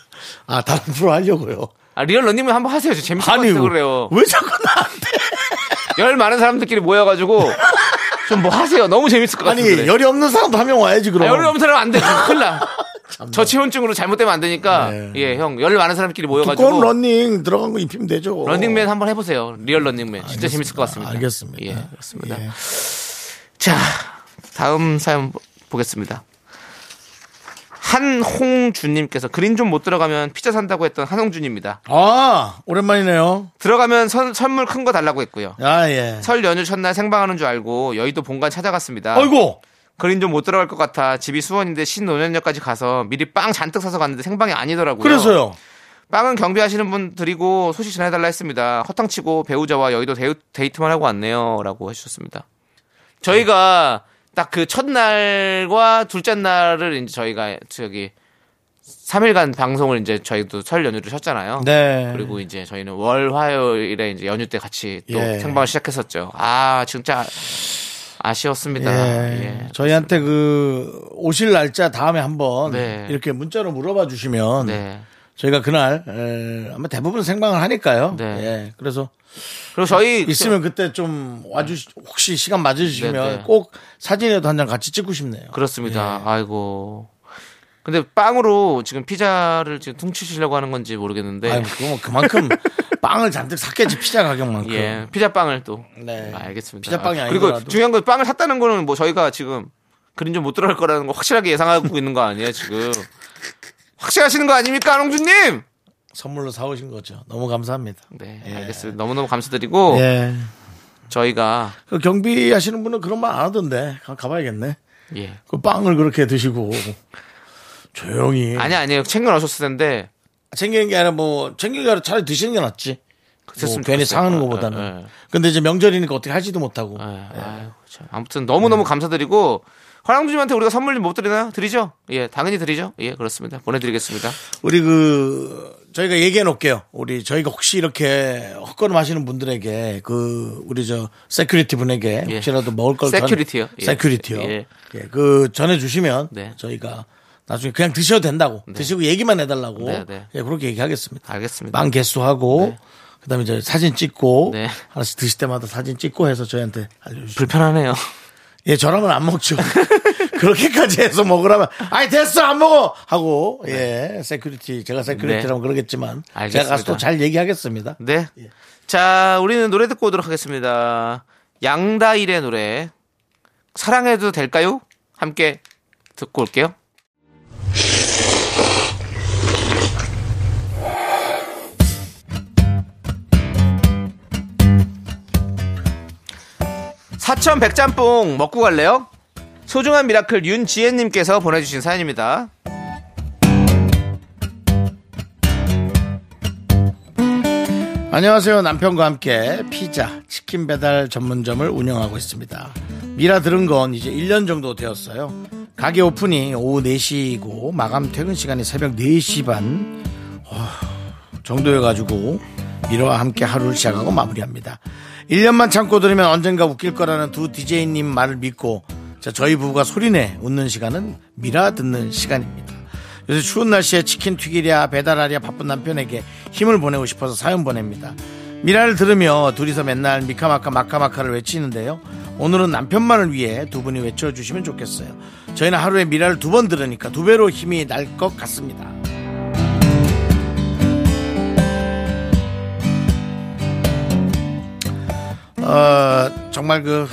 Speaker 1: 아 다른 프로 하려고요.
Speaker 2: 아, 리얼 런닝맨 한번 하세요. 저 재밌을 것
Speaker 1: 아니
Speaker 2: 같아서 그래요.
Speaker 1: 왜 자꾸 나한테?
Speaker 2: 열 많은 사람들끼리 모여가지고 좀 뭐 하세요. 너무 재밌을 것
Speaker 1: 아니
Speaker 2: 같은데.
Speaker 1: 열이 없는 사람도 한 명 와야지 그럼.
Speaker 2: 아, 열이 없는 사람 안 돼. 큰일 나. 저체온증으로 잘못되면 안 되니까
Speaker 1: 네.
Speaker 2: 예, 형. 열 많은 사람끼리
Speaker 1: 두꺼운
Speaker 2: 모여가지고
Speaker 1: 런닝 들어간 거 입히면 되죠.
Speaker 2: 런닝맨 한번 해보세요. 리얼 런닝맨. 진짜 재밌을 것 같습니다.
Speaker 1: 알겠습니다.
Speaker 2: 예, 그렇습니다.
Speaker 1: 예.
Speaker 2: 자, 다음 사연 보- 보겠습니다. 한홍준님께서 그린 좀 못 들어가면 피자 산다고 했던 한홍준입니다.
Speaker 1: 아 오랜만이네요.
Speaker 2: 들어가면 선- 선물 큰 거 달라고 했고요.
Speaker 1: 아 예.
Speaker 2: 설 연휴 첫날 생방하는 줄 알고 여의도 본관 찾아갔습니다.
Speaker 1: 아이고
Speaker 2: 그린 좀 못 들어갈 것 같아 집이 수원인데 신논현역까지 가서 미리 빵 잔뜩 사서 갔는데 생방이 아니더라고요.
Speaker 1: 그래서요.
Speaker 2: 빵은 경비하시는 분 드리고 소식 전해달라 했습니다. 허탕치고 배우자와 여의도 데이, 트만 하고 왔네요. 라고 해주셨습니다. 저희가 딱 그 첫날과 둘째 날을 이제 저희가 저기 3일간 방송을 이제 저희도 설 연휴를 쉬었잖아요.
Speaker 1: 네.
Speaker 2: 그리고 이제 저희는 월, 화요일에 이제 연휴 때 같이 또
Speaker 1: 예.
Speaker 2: 생방을 시작했었죠. 아, 진짜 아쉬웠습니다.
Speaker 1: 예.
Speaker 2: 예.
Speaker 1: 저희한테 그 오실 날짜 다음에 한번
Speaker 2: 네.
Speaker 1: 이렇게 문자로 물어봐 주시면
Speaker 2: 네.
Speaker 1: 저희가 그날 에, 아마 대부분 생방을 하니까요.
Speaker 2: 네.
Speaker 1: 예. 그래서
Speaker 2: 그리고 저희
Speaker 1: 있으면 그때 좀 와주시 혹시 시간 맞으시면
Speaker 2: 네, 네.
Speaker 1: 꼭 사진이라도 한 장 같이 찍고 싶네요.
Speaker 2: 그렇습니다.
Speaker 1: 예.
Speaker 2: 아이고. 근데 빵으로 지금 피자를 지금 퉁치시려고 하는 건지 모르겠는데.
Speaker 1: 아유, 그거 뭐 그만큼 빵을 잔뜩 샀겠지 피자 가격만큼.
Speaker 2: 예. 피자 빵을 또.
Speaker 1: 네.
Speaker 2: 아, 알겠습니다.
Speaker 1: 피자 빵이
Speaker 2: 아,
Speaker 1: 아니더라도.
Speaker 2: 그리고 중요한 건 빵을 샀다는 거는 뭐 저희가 지금 그린 좀 못 들어갈 거라는 거 확실하게 예상하고 있는 거 아니에요, 지금. 확실하시는 거 아닙니까, 안홍준 님?
Speaker 1: 선물로 사오신 거죠. 너무 감사합니다.
Speaker 2: 네,
Speaker 1: 예.
Speaker 2: 알겠습니다. 너무너무 감사드리고
Speaker 1: 예.
Speaker 2: 저희가
Speaker 1: 그 경비 하시는 분은 그런 말 안 하던데 가- 가봐야겠네.
Speaker 2: 예.
Speaker 1: 그 빵을 그렇게 드시고 조용히
Speaker 2: 아니 아니에요. 챙겨 넣으셨을 텐데.
Speaker 1: 챙기는 게 아니라 뭐 챙기는 게 아니라 차라리 드시는 게 낫지. 뭐
Speaker 2: 그랬으면
Speaker 1: 괜히
Speaker 2: 좋겠어요.
Speaker 1: 상하는
Speaker 2: 예,
Speaker 1: 것보다는.
Speaker 2: 예.
Speaker 1: 근데 이제 명절이니까 어떻게 하지도 못하고.
Speaker 2: 예, 아이고, 참. 예. 아무튼 너무너무 감사드리고 화랑주님한테 우리가 선물 좀 못 드리나? 드리죠? 예, 당연히 드리죠. 예, 그렇습니다. 보내드리겠습니다.
Speaker 1: 우리 그 저희가 얘기해 놓을게요. 우리 저희가 혹시 이렇게 헛걸음 하시는 분들에게 그 우리 저 세큐리티 분에게
Speaker 2: 예.
Speaker 1: 혹시라도 먹을 걸
Speaker 2: 세큐리티요? 예.
Speaker 1: 세큐리티요.
Speaker 2: 예.
Speaker 1: 예, 그 전해 주시면
Speaker 2: 네.
Speaker 1: 저희가 나중에 그냥 드셔도 된다고 드시고 얘기만 해달라고
Speaker 2: 네, 네.
Speaker 1: 예, 그렇게 얘기하겠습니다.
Speaker 2: 알겠습니다.
Speaker 1: 빵 개수하고 그다음에 이제 사진 찍고
Speaker 2: 네.
Speaker 1: 하나씩 드실 때마다 사진 찍고 해서 저희한테 알려주시죠.
Speaker 2: 불편하네요.
Speaker 1: 예, 저라면 안 먹죠. 그렇게까지 해서 먹으라면 아이 됐어 안 먹어 하고 예 세큐리티 제가 세큐리티라면 그러겠지만
Speaker 2: 네. 알겠습니다.
Speaker 1: 제가 가서 또 잘 얘기하겠습니다.
Speaker 2: 네. 자, 우리는 노래 듣고 오도록 하겠습니다. 양다일의 노래 사랑해도 될까요? 함께 듣고 올게요. 사천 백짬뽕 먹고 갈래요? 소중한 미라클 윤지혜님께서 보내주신 사연입니다.
Speaker 1: 안녕하세요 남편과 함께 피자 치킨 배달 전문점을 운영하고 있습니다. 미라 들은 건 이제 1년 정도 되었어요. 가게 오픈이 오후 4시이고 마감 퇴근 시간이 새벽 4시 반 정도여가지고 미러와 함께 하루를 시작하고 마무리합니다. 1년만 참고 들으면 언젠가 웃길 거라는 두 DJ님 말을 믿고 자, 저희 부부가 소리내 웃는 시간은 미라 듣는 시간입니다. 요새 추운 날씨에 치킨 튀기랴 배달하랴 바쁜 남편에게 힘을 보내고 싶어서 사연 보냅니다. 미라를 들으며 둘이서 맨날 미카마카 마카마카를 외치는데요. 오늘은 남편만을 위해 두 분이 외쳐주시면 좋겠어요. 저희는 하루에 미라를 두 번 들으니까 두 배로 힘이 날 것 같습니다. 어, 정말 그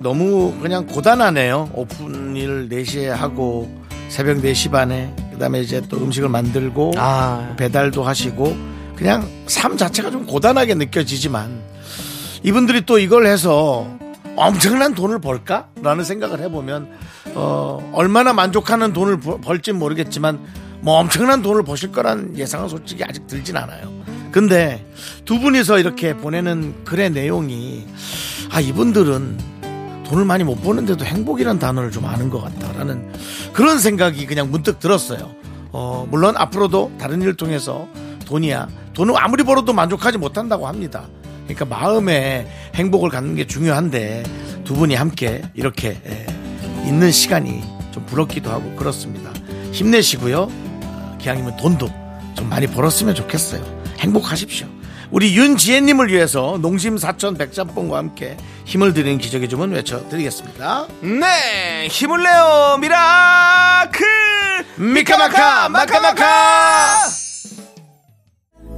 Speaker 1: 너무 그냥 고단하네요. 오픈일 4시에 하고 새벽 4시 반에 그다음에 이제 또 음식을 만들고
Speaker 2: 아.
Speaker 1: 배달도 하시고 그냥 삶 자체가 좀 고단하게 느껴지지만 이분들이 또 이걸 해서 엄청난 돈을 벌까라는 생각을 해보면 어, 얼마나 만족하는 돈을 벌- 벌진 모르겠지만 뭐 엄청난 돈을 버실 거란 예상은 솔직히 아직 들진 않아요. 근데 두 분이서 이렇게 보내는 글의 내용이 아 이분들은 돈을 많이 못 버는데도 행복이란 단어를 좀 아는 것 같다라는 그런 생각이 그냥 문득 들었어요. 어, 물론 앞으로도 다른 일을 통해서 돈이야 돈을 아무리 벌어도 만족하지 못한다고 합니다. 그러니까 마음의 행복을 갖는 게 중요한데 두 분이 함께 이렇게 예, 있는 시간이 좀 부럽기도 하고 그렇습니다. 힘내시고요. 기왕이면 돈도 좀 많이 벌었으면 좋겠어요. 행복하십시오. 우리 윤지혜님을 위해서 농심 사천 백짬뽕과 함께 힘을 드리는 기적의 주문 외쳐드리겠습니다.
Speaker 2: 네 힘을 내요 미라클
Speaker 1: 미카마카 마카마카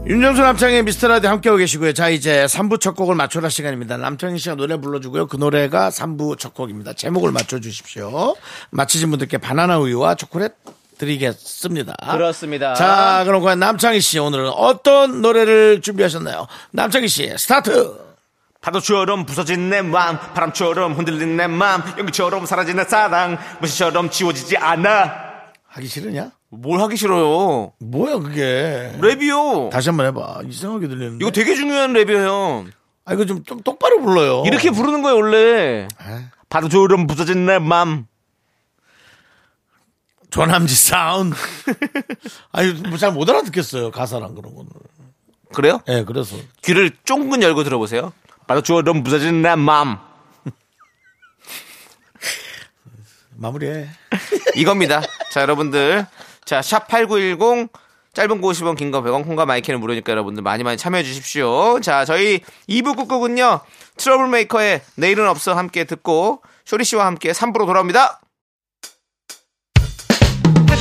Speaker 1: 윤정수 남창의 미스터라디 함께하고 계시고요. 자 이제 3부 첫 곡을 맞춰라 시간입니다. 남창희 씨가 노래 불러주고요. 그 노래가 3부 첫 곡입니다. 제목을 맞춰주십시오. 맞히신 분들께 바나나 우유와 초콜릿 드리겠습니다.
Speaker 2: 그렇습니다.
Speaker 1: 자 그럼 과연 남창희 씨 오늘은 어떤 노래를 준비하셨나요? 남창희 씨 스타트.
Speaker 2: 파도처럼 부서진 내 마음 바람처럼 흔들린 내 마음 연기처럼 사라진 내 사랑 무시처럼 지워지지 않아
Speaker 1: 하기 싫으냐?
Speaker 2: 뭘 하기 싫어요
Speaker 1: 뭐야 그게?
Speaker 2: 네. 랩이요
Speaker 1: 다시 한번 해봐. 이상하게 들리는데.
Speaker 2: 이거 되게 중요한 랩이에요
Speaker 1: 아 이거 좀, 좀 똑바로 불러요.
Speaker 2: 이렇게 부르는 거예요 원래 어. 파도처럼 부서진 내 마음
Speaker 1: 조남지 사운드. 아니, 뭐잘못 알아듣겠어요. 가사랑 그런 거는.
Speaker 2: 그래요?
Speaker 1: 예, 그래서.
Speaker 2: 귀를 쫑긋 열고 들어보세요 파도처럼 부서진 내 마음
Speaker 1: 마무리해.
Speaker 2: 이겁니다. 자, 여러분들. 자, 샵 8910 짧은 거 50원, 긴 거 100원, 콩과 마이크는 무료니까 여러분들 많이 많이 참여해 주십시오. 자, 저희 2부 끝곡은요. 트러블메이커의 내일은 없어 함께 듣고 쇼리 씨와 함께 3부로 돌아옵니다.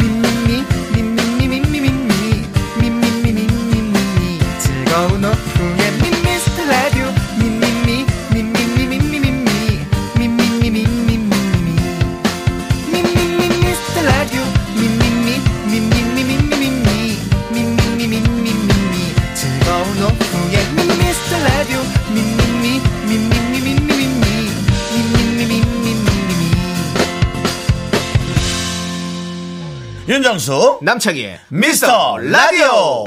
Speaker 6: 미미미 미미미 미미미 미미미 미미미 즐거운 오후에 미스터 라디오 미미미 미미미 미미미 미미미 미미미
Speaker 1: 윤정수.
Speaker 2: 남창희의
Speaker 1: 미스터 라디오.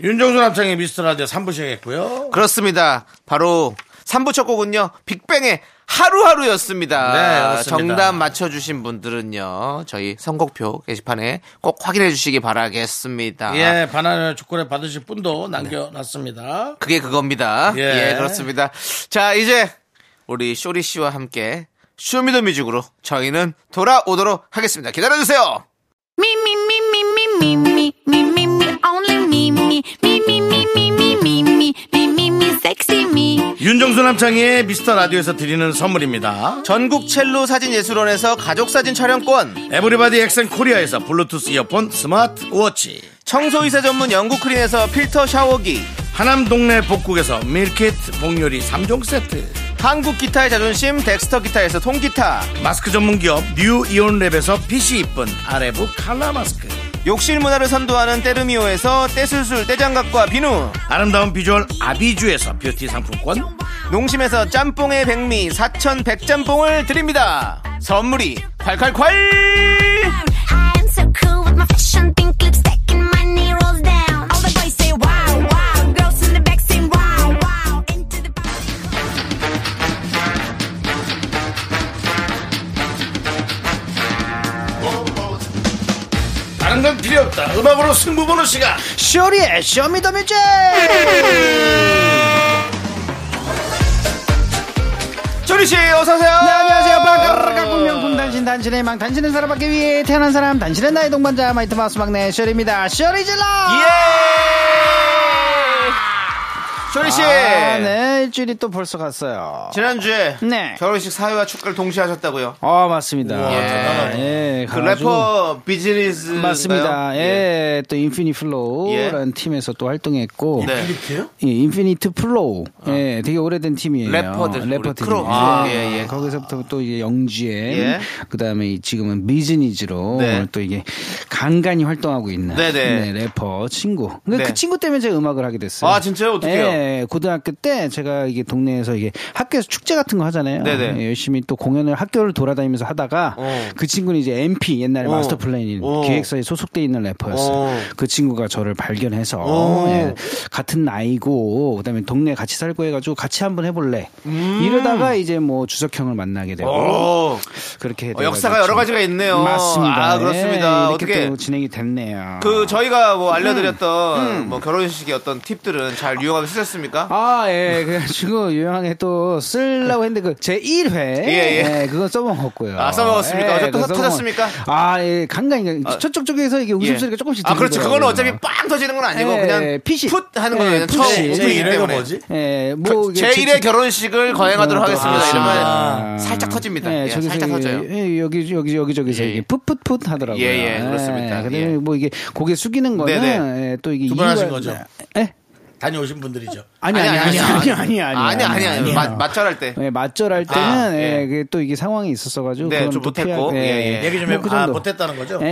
Speaker 1: 윤정수 남창의 미스터 라디오 3부 시작했고요.
Speaker 2: 그렇습니다. 바로 3부 첫 곡은요. 빅뱅의 하루하루였습니다.
Speaker 1: 네, 그렇습니다.
Speaker 2: 정답 맞춰주신 분들은요. 저희 선곡표 게시판에 꼭 확인해 주시기 바라겠습니다.
Speaker 1: 예, 바나나 초콜릿 받으실 분도 남겨놨습니다.
Speaker 2: 그게 그겁니다.
Speaker 1: 예.
Speaker 2: 예. 그렇습니다. 자, 이제 우리 쇼리 씨와 함께 쇼미더 뮤직으로 저희는 돌아오도록 하겠습니다. 기다려주세요!
Speaker 5: Me, me, me, me, me, me, me, me, me, me, only me, me, me, me, me, me, me, me, me, me, me, me, sexy me.
Speaker 2: 네.
Speaker 1: 윤정수 남창의 미스터 라디오에서 드리는 선물입니다.
Speaker 2: 전국 첼로 사진 예술원에서 가족사진 촬영권,
Speaker 1: 에브리바디 엑센 코리아에서 블루투스 이어폰 스마트 워치.
Speaker 2: 청소이사 전문 영국 크린에서 필터 샤워기,
Speaker 1: 하남 동네 복국에서 밀키트 복요리 3종 세트.
Speaker 2: 한국 기타의 자존심 덱스터 기타에서 통기타,
Speaker 1: 마스크 전문 기업 뉴 이온랩에서 핏이 이쁜 아레브 칼라 마스크.
Speaker 2: 욕실 문화를 선도하는 때르미오에서 떼술술 떼장갑과 비누,
Speaker 1: 아름다운 비주얼 아비주에서 뷰티 상품권
Speaker 2: 농심에서 짬뽕의 백미 사천 백짬뽕을 드립니다. 선물이 콸콸콸!
Speaker 5: I am so cool with my fashion, pink lipstick and my knee rolls down. All the boys say wow, wow. Girls in the back say wow, wow. Into the party.
Speaker 1: 다른 건 필요 없다 음악으로 승부 보는 시간
Speaker 2: 쇼리의 쇼미더뮤직 쇼리씨 어서오세요
Speaker 6: 네, 안녕하세요. 빵까르르 명품 단신, 단신의 망, 단신은 살아받기 위해 태어난 사람, 단신은 나의 동반자, 마이트 마우스 막내 쇼리입니다. 쇼리 질러!
Speaker 2: 예 쇼리씨
Speaker 6: 아, 네, 일주일이 또 벌써 갔어요.
Speaker 2: 지난주에
Speaker 6: 네.
Speaker 2: 결혼식 사회와 축가를 동시에 하셨다고요
Speaker 6: 아, 맞습니다.
Speaker 2: 대단하다.
Speaker 6: 예,
Speaker 2: 그
Speaker 6: 가가지고.
Speaker 2: 래퍼 비즈니스
Speaker 6: 맞습니다. 예, 또 인피니 플로우라는 팀에서 또 활동했고
Speaker 2: 네.
Speaker 6: 예, 인피니트 플로우. 예, 되게 오래된 팀이에요.
Speaker 2: 어. 래퍼들, 우리
Speaker 6: 래퍼 팀.
Speaker 2: 크로. 아, 예, 예.
Speaker 6: 거기서부터 또 이제 영지에
Speaker 2: 예.
Speaker 6: 그다음에 이 지금은 비즈니즈로
Speaker 2: 네.
Speaker 6: 또 이게 간간히 활동하고 있는
Speaker 2: 네, 네.
Speaker 6: 래퍼 친구. 근데
Speaker 2: 네.
Speaker 6: 그 친구 때문에 제가 음악을 하게 됐어요.
Speaker 2: 아, 진짜요? 어떡해요?
Speaker 6: 예, 고등학교 때 제가 저희가 이게 동네에서 이게 학교에서 축제 같은 거 하잖아요.
Speaker 2: 네네.
Speaker 6: 예, 열심히 또 공연을 학교를 돌아다니면서 하다가
Speaker 2: 어.
Speaker 6: 그 친구는 이제 MP 옛날에
Speaker 2: 어.
Speaker 6: 마스터 플랜인
Speaker 2: 어.
Speaker 6: 기획사에 소속돼 있는 래퍼였어요.
Speaker 2: 어.
Speaker 6: 그 친구가 저를 발견해서
Speaker 2: 어.
Speaker 6: 예, 같은 나이고 그다음에 동네 같이 살고 해가지고 같이 한번 해볼래.
Speaker 2: 음.
Speaker 6: 이러다가 이제 뭐 주석 형을 만나게 되고
Speaker 2: 오,
Speaker 6: 그렇게
Speaker 2: 어,
Speaker 6: 돼가지고
Speaker 2: 역사가 여러 가지가 있네요.
Speaker 6: 맞습니다.
Speaker 2: 아, 그렇습니다.
Speaker 6: 예, 이렇게
Speaker 2: 어떻게
Speaker 6: 또 진행이 됐네요.
Speaker 2: 그 저희가 뭐 알려드렸던 뭐 결혼식의 어떤 팁들은 잘 유용하게 쓰셨습니까?
Speaker 6: 아, 예, 그래가지고, 유용하게 또, 쓰려고 했는데, 그, 제 1회.
Speaker 2: 예.
Speaker 6: 그건 써먹었고요. 예,
Speaker 2: 아, 써먹었습니까? 어제 또
Speaker 6: 그거 써먹-
Speaker 2: 터졌습니까?
Speaker 6: 아, 예, 간간히,
Speaker 2: 아.
Speaker 6: 저쪽 쪽에서 이게 웃음소리가
Speaker 2: 예.
Speaker 6: 조금씩
Speaker 2: 아, 그렇죠. 그건
Speaker 6: 들리더라고요.
Speaker 2: 어차피 빵 터지는 건 아니고
Speaker 6: 예,
Speaker 2: 그냥
Speaker 6: 피식.
Speaker 2: 풋 하는 거는
Speaker 6: 예,
Speaker 2: 그냥
Speaker 6: 푸시.
Speaker 2: 처음
Speaker 6: 제
Speaker 2: 오프닝이기
Speaker 1: 제1회가
Speaker 2: 때문에.
Speaker 1: 뭐지?
Speaker 6: 예, 뭐, 이게 제-
Speaker 2: 그 제1의 결혼식을 거행하도록 하겠습니다.
Speaker 6: 아.
Speaker 2: 이러면 살짝 터집니다.
Speaker 6: 예,
Speaker 2: 예,
Speaker 6: 저기서
Speaker 2: 살짝
Speaker 6: 이게-
Speaker 2: 터져요.
Speaker 6: 예, 여기 여기 여기 저기서
Speaker 2: 예, 예.
Speaker 6: 이게 풋풋풋 하더라고요.
Speaker 2: 예, 예, 그렇습니다.
Speaker 6: 그다음에
Speaker 2: 예.
Speaker 6: 뭐 이게 고개 숙이는 거는
Speaker 2: 네,
Speaker 6: 예, 또 이게
Speaker 1: 두분 하신
Speaker 6: 이유가-
Speaker 1: 거죠?
Speaker 6: 예?
Speaker 1: 다녀오신 분들이죠.
Speaker 6: 아니 아니 아니 아니 아니
Speaker 2: 아니 아니 아니 맞절할 때.
Speaker 6: 예, 맞절할 때는
Speaker 2: 아, 예.
Speaker 6: 예, 그게 또 이게 상황이 있었어가지고
Speaker 2: 네,
Speaker 6: 그건
Speaker 2: 좀
Speaker 6: 또
Speaker 2: 못했고.
Speaker 6: 피하-
Speaker 2: 예, 예.
Speaker 1: 얘기 좀 해.
Speaker 6: 그
Speaker 1: 아,
Speaker 6: 정도.
Speaker 1: 못했다는 거죠?
Speaker 6: 예,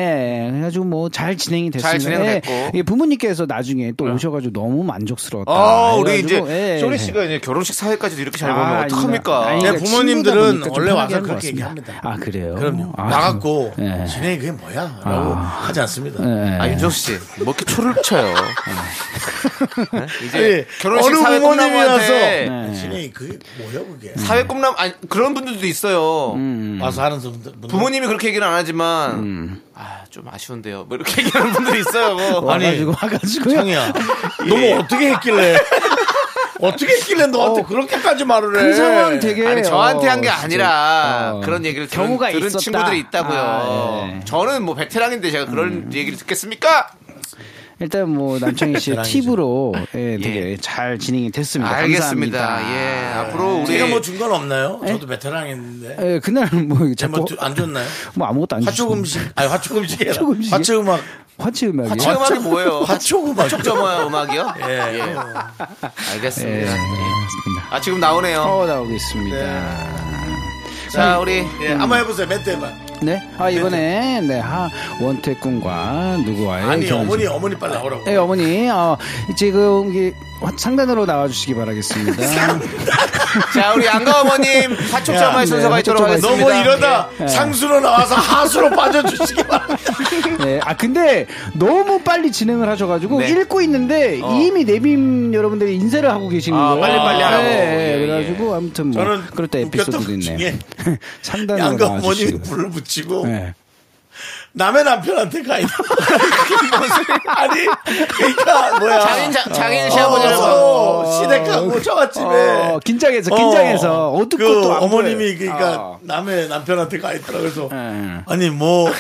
Speaker 6: 예. 그래가지고 뭐 잘 진행이 됐습니다.
Speaker 2: 잘 진행됐고. 어.
Speaker 6: 예, 예, 부모님께서 나중에 또 오셔가지고 너무 만족스러웠다.
Speaker 2: 아, 우리 이제
Speaker 6: 해가지고, 예, 예.
Speaker 2: 쇼리 씨가 이제 결혼식 사회까지도 이렇게 잘 보면
Speaker 6: 아,
Speaker 2: 어떡합니까? 네, 예,
Speaker 6: 아니,
Speaker 1: 내
Speaker 6: 그러니까
Speaker 1: 부모님들은
Speaker 6: 친구다 보니까 좀
Speaker 1: 원래
Speaker 6: 편하게
Speaker 1: 와서
Speaker 6: 하는 것
Speaker 1: 그렇게
Speaker 6: 같습니다.
Speaker 1: 얘기합니다.
Speaker 6: 아 그래요?
Speaker 1: 그럼요.
Speaker 6: 아,
Speaker 1: 나갔고
Speaker 6: 예.
Speaker 1: 진행이 그게 뭐야라고 하지 않습니다.
Speaker 6: 예.
Speaker 2: 아, 윤정수 씨, 뭐 이렇게 초를 쳐요.
Speaker 6: 예.
Speaker 2: 네? 이제
Speaker 1: 아니,
Speaker 2: 결혼식
Speaker 1: 어느
Speaker 2: 사회
Speaker 1: 부모님이라서
Speaker 6: 네.
Speaker 2: 꿈나무한테
Speaker 1: 진행이 그게 뭐야 그게
Speaker 2: 사회 꿈나무 아니 그런 분들도 있어요.
Speaker 6: 음.
Speaker 1: 와서 하는 분들
Speaker 2: 부모님이 그렇게 얘기는 안 하지만 아, 좀 아쉬운데요. 뭐 이렇게 얘기하는 분들이 있어요. 뭐.
Speaker 6: 와가지고 와가지고
Speaker 1: 창이야. 너뭐 어떻게 했길래? 어떻게 했길래 너한테 그렇게까지 말을 해?
Speaker 6: 그 상황 되게
Speaker 2: 네. 아니 저한테 한 게
Speaker 6: 어,
Speaker 2: 아니라
Speaker 6: 어,
Speaker 2: 그런 얘기를 들은,
Speaker 6: 경우가
Speaker 2: 들은
Speaker 6: 있었다.
Speaker 2: 친구들이 있다고요.
Speaker 6: 아, 예. 음.
Speaker 2: 저는 뭐 베테랑인데 제가 그런 얘기를 듣겠습니까?
Speaker 6: 일단 뭐 남창희 씨의
Speaker 1: 사랑이죠.
Speaker 6: 팁으로 예, 되게 잘 진행이 됐습니다.
Speaker 2: 알겠습니다.
Speaker 6: 음. 감사합니다.
Speaker 2: 예, 앞으로 우리
Speaker 1: 제가 뭐 준 건 없나요? 저도 베테랑인데.
Speaker 6: 예, 그날 뭐
Speaker 2: 네,
Speaker 1: 제가
Speaker 6: 자꾸
Speaker 2: 아,
Speaker 1: 뭐안 줬나요?
Speaker 6: 뭐 아무것도 안 주시고.
Speaker 1: 화초금식 아니 화초금식이 아니라
Speaker 6: 화초금식이요?
Speaker 1: 화초음악
Speaker 6: 화치 음악이요.
Speaker 2: 화초 음악이 뭐예요?
Speaker 1: 화초음악
Speaker 2: 화초점화 음악이요?
Speaker 1: 예.
Speaker 2: 예.
Speaker 6: 예,
Speaker 2: 알겠습니다.
Speaker 6: 알겠습니다.
Speaker 2: 아 지금 나오네요.
Speaker 6: 어 나오고 있습니다.
Speaker 2: 네. 자 우리 아,
Speaker 1: 예, 한번 해보세요 멘트 해봐
Speaker 6: 네, 아 이번에 네, 하 원택 군과 누구와의
Speaker 1: 아니
Speaker 6: 결혼-
Speaker 1: 어머니 어머니 빨리 나오라고
Speaker 6: 네, 어머니, 어, 지금 이게 상단으로 나와주시기 바라겠습니다.
Speaker 2: 자 우리 양가 어머님
Speaker 1: 야,
Speaker 2: 화초점화의
Speaker 1: 네,
Speaker 2: 순서가 있도록
Speaker 6: 화초점화
Speaker 2: 하겠습니다.
Speaker 1: 너 뭐 이러다
Speaker 6: 예.
Speaker 1: 상수로 나와서 하수로 빠져주시기 바랍니다
Speaker 6: 네, 아 근데 너무 빨리 진행을 하셔가지고
Speaker 2: 네.
Speaker 6: 읽고 있는데
Speaker 1: 어.
Speaker 6: 이미 내빔 여러분들이 인사를 하고 계시는
Speaker 2: 아,
Speaker 6: 거예요.
Speaker 2: 빨리빨리 하라고.
Speaker 6: 네,
Speaker 2: 예, 예.
Speaker 6: 그래가지고 아무튼 뭐
Speaker 1: 저는
Speaker 6: 그럴 때
Speaker 1: 웃겼던
Speaker 6: 에피소드도
Speaker 1: 것 중에
Speaker 6: 있네. 상단으로
Speaker 1: 양가 어머니
Speaker 6: 나와주시고.
Speaker 1: 불을 붙이고
Speaker 6: 네.
Speaker 1: 남의 남편한테 가있다 아니 그러니까 뭐야
Speaker 2: 예. 장인 자- 장인 시아버지라고.
Speaker 1: 어, 시댁하고 처갓집에
Speaker 6: 어, 긴장해서 긴장해서 어, 둡고
Speaker 1: 그
Speaker 6: 또안
Speaker 1: 어머님이
Speaker 6: 보여요.
Speaker 1: 그러니까
Speaker 6: 어.
Speaker 1: 남의 남편한테 가 있더라 그래서
Speaker 6: 예.
Speaker 1: 아니 뭐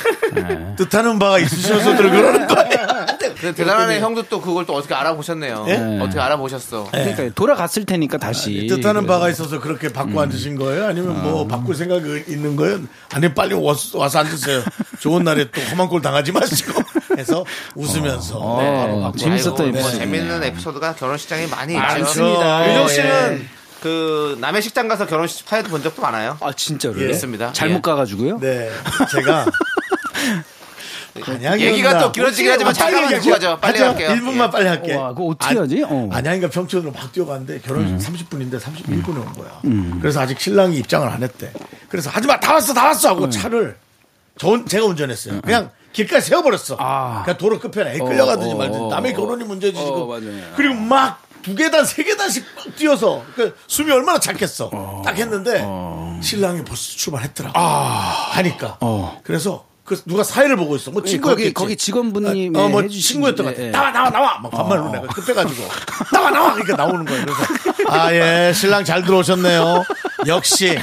Speaker 1: 뜻하는 바가 있으셔서 들 그러는 거예요.
Speaker 6: 네,
Speaker 2: 그 대단한 형도 또 그걸 또 어떻게 알아보셨네요.
Speaker 1: 예?
Speaker 2: 어떻게 알아보셨어?
Speaker 6: 그러니까 돌아갔을 테니까 다시
Speaker 1: 네.
Speaker 6: 네.
Speaker 1: 뜻하는 바가 있어서 그렇게
Speaker 6: 음.
Speaker 1: 받고 앉으신 거예요? 아니면 뭐 바꿀 생각이 있는 거예요? 아니 빨리 와서, 와서 앉으세요. 좋은 날에 또 험한 꼴 당하지 마시고 해서 웃으면서 네, 바로
Speaker 6: 어,
Speaker 1: 받고. 네.
Speaker 6: 재밌었던
Speaker 2: 아이고, 뭐
Speaker 6: 에피소드.
Speaker 2: 재밌는 에피소드가 결혼식장에 많이 있죠.
Speaker 1: 많습니다.
Speaker 2: 유정
Speaker 1: 예.
Speaker 2: 씨는 그 남의 식당 가서 결혼식 파이도 본 적도 많아요.
Speaker 6: 아 진짜로요?
Speaker 1: 예.
Speaker 2: 있습니다.
Speaker 6: 잘못
Speaker 2: 예.
Speaker 6: 가가지고요.
Speaker 1: 네, 제가 안양이었나?
Speaker 2: 얘기가 또 길어지긴 하지만
Speaker 1: 아, 빨리
Speaker 2: 잠깐만
Speaker 1: 얘기하죠.
Speaker 2: 듣고 가죠. 빨리
Speaker 1: 하죠.
Speaker 2: 할게요.
Speaker 1: 1분만
Speaker 2: 예.
Speaker 1: 빨리 할게.
Speaker 6: 와, 그거 어떻게 하지? 어. 음.
Speaker 1: 안양이가 평촌으로 막 뛰어갔는데 결혼 30분인데 31분에 온 거야. 그래서 아직 신랑이 입장을 안 했대. 그래서 하지마 다 왔어 다 왔어
Speaker 6: 음.
Speaker 1: 하고 차를 저 혼- 제가 운전했어요. 그냥 길가에 세워버렸어.
Speaker 6: 아.
Speaker 1: 그냥 도로 끝편에 끌려가든지
Speaker 6: 어,
Speaker 1: 말든지
Speaker 6: 어,
Speaker 1: 남의
Speaker 6: 어.
Speaker 1: 결혼이 문제지
Speaker 6: 어,
Speaker 1: 지금.
Speaker 6: 맞아요.
Speaker 1: 그리고 막 두 계단 세 계단씩 막 뛰어서 그 숨이 얼마나 찼겠어. 딱 했는데 신랑이 벌써 출발했더라.
Speaker 6: 아.
Speaker 1: 하니까.
Speaker 6: 어. 그러니까
Speaker 1: 그래서 그 누가 사회를 보고 있어. 뭐
Speaker 6: 거기-
Speaker 1: 친구였겠지.
Speaker 6: 거기 직원분이
Speaker 1: 어, 뭐
Speaker 6: 해주신-
Speaker 1: 친구였던 것 같아.
Speaker 6: 예, 예.
Speaker 1: 나와 나와 나와. 막 반말로 내가 급해가지고 나와 나와. 그러니까 나오는 거예요. 그래서 아 예 신랑 잘 들어오셨네요. 역시.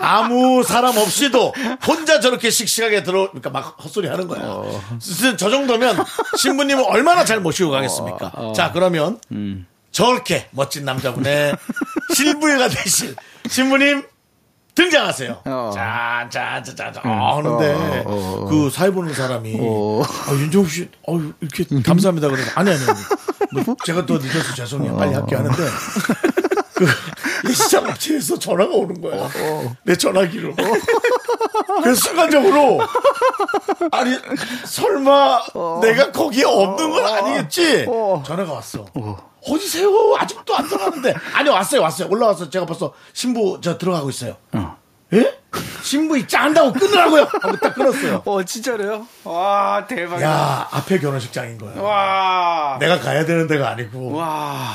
Speaker 1: 아무 사람 없이도 혼자 저렇게 씩씩하게 들어, 그러니까 막 헛소리 하는 거야. 무슨 저 정도면 신부님은 얼마나 잘 모시고 가겠습니까?
Speaker 6: 어,
Speaker 1: 자, 그러면
Speaker 6: 음.
Speaker 1: 저렇게 멋진 남자분의 실부예가 되실 신부님 등장하세요.
Speaker 6: 어.
Speaker 1: 짠, 짠, 짠, 짠, 짠. 아, 하는데, 그 사회 보는 사람이, 아, 윤정욱 씨, 어 이렇게 감사합니다. 그래서, 아니, 아니, 아니. 뭐 제가 또 늦어서 죄송해요. 빨리 할게 하는데, 그, 이 시장업체에서 전화가 오는 거야. 내 전화기로. 그래서 순간적으로, 아니, 어. 설마 내가 거기에 없는 건 아니겠지? 전화가 어. 왔어. 어디세요? 아직도 안 들어가는데. 아니, 왔어요, 왔어요. 올라와서 제가 벌써 신부 저 들어가고 있어요. 예? 신부 있지 않다고 끊으라고요! 하고 딱 끊었어요.
Speaker 6: 어 진짜로요? 와 대박.
Speaker 1: 야, 앞에 결혼식장인 거야.
Speaker 6: 와.
Speaker 1: 내가 가야 되는 데가 아니고.
Speaker 6: 와.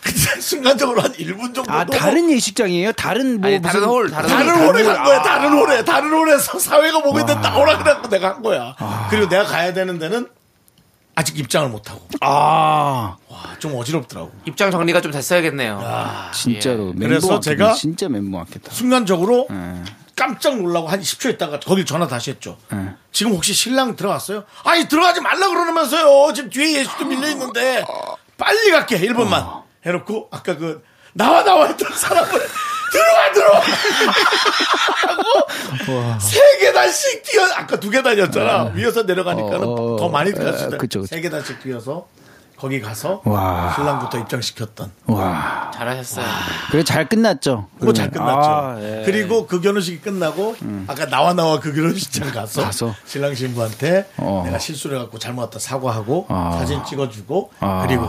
Speaker 1: 그냥 순간적으로 한 1분 정도.
Speaker 6: 네. 아
Speaker 1: 너무-
Speaker 6: 다른 예식장이에요? 다른 뭐
Speaker 2: 아니, 다른
Speaker 6: 무슨-
Speaker 2: 홀, 다른 아.
Speaker 1: 다른 홀에 간 거야. 다른 홀에. 다른 홀에서 사회가 보고 있는데 나오라 그래갖고 내가 한 거야.
Speaker 2: 아.
Speaker 1: 그리고 내가 가야 되는 데는 아직 입장을 못하고.
Speaker 6: 아
Speaker 1: 와, 좀 어지럽더라고.
Speaker 2: 입장 정리가 좀 됐어야겠네요.
Speaker 6: 아,
Speaker 2: 예.
Speaker 6: 진짜로. 멘붕
Speaker 1: 그래서
Speaker 6: 왔겠네.
Speaker 1: 제가-
Speaker 6: 진짜 멘붕 왔겠다.
Speaker 1: 순간적으로
Speaker 6: 예.
Speaker 1: 깜짝 놀라고 한 10초 있다가 거길 전화 다시 했죠.
Speaker 6: 예.
Speaker 1: 지금 혹시 신랑 들어갔어요? 아니 들어가지 말라 그러면서요. 지금 뒤에 예식도 밀려 있는데 빨리 갈게 1분만
Speaker 6: 어.
Speaker 1: 해놓고 아까 그 나와 나와 했던 사람을 들어와 들어와 하고 세 계단씩 뛰어 아까 두 계단이었잖아 위에서 내려가니까는
Speaker 6: 네. 어, 어,
Speaker 1: 더 많이
Speaker 6: 어,
Speaker 1: 갔을
Speaker 6: 그쵸, 그쵸.
Speaker 1: 때세 계단씩 뛰어서 거기 가서
Speaker 6: 와.
Speaker 1: 신랑부터 입장시켰던
Speaker 6: 와.
Speaker 2: 잘하셨어요.
Speaker 6: 그래 잘 끝났죠.
Speaker 1: 뭐 잘
Speaker 6: 그러면.
Speaker 1: 끝났죠.
Speaker 6: 아, 예. 음.
Speaker 1: 그리고 그 결혼식이 끝나고 아까 나와 나와 그 결혼식장 가서,
Speaker 6: 가서.
Speaker 1: 신랑 신부한테
Speaker 6: 어.
Speaker 1: 내가 실수를 해갖고 잘못 왔다 사과하고
Speaker 6: 아.
Speaker 1: 사진 찍어주고
Speaker 6: 아.
Speaker 1: 그리고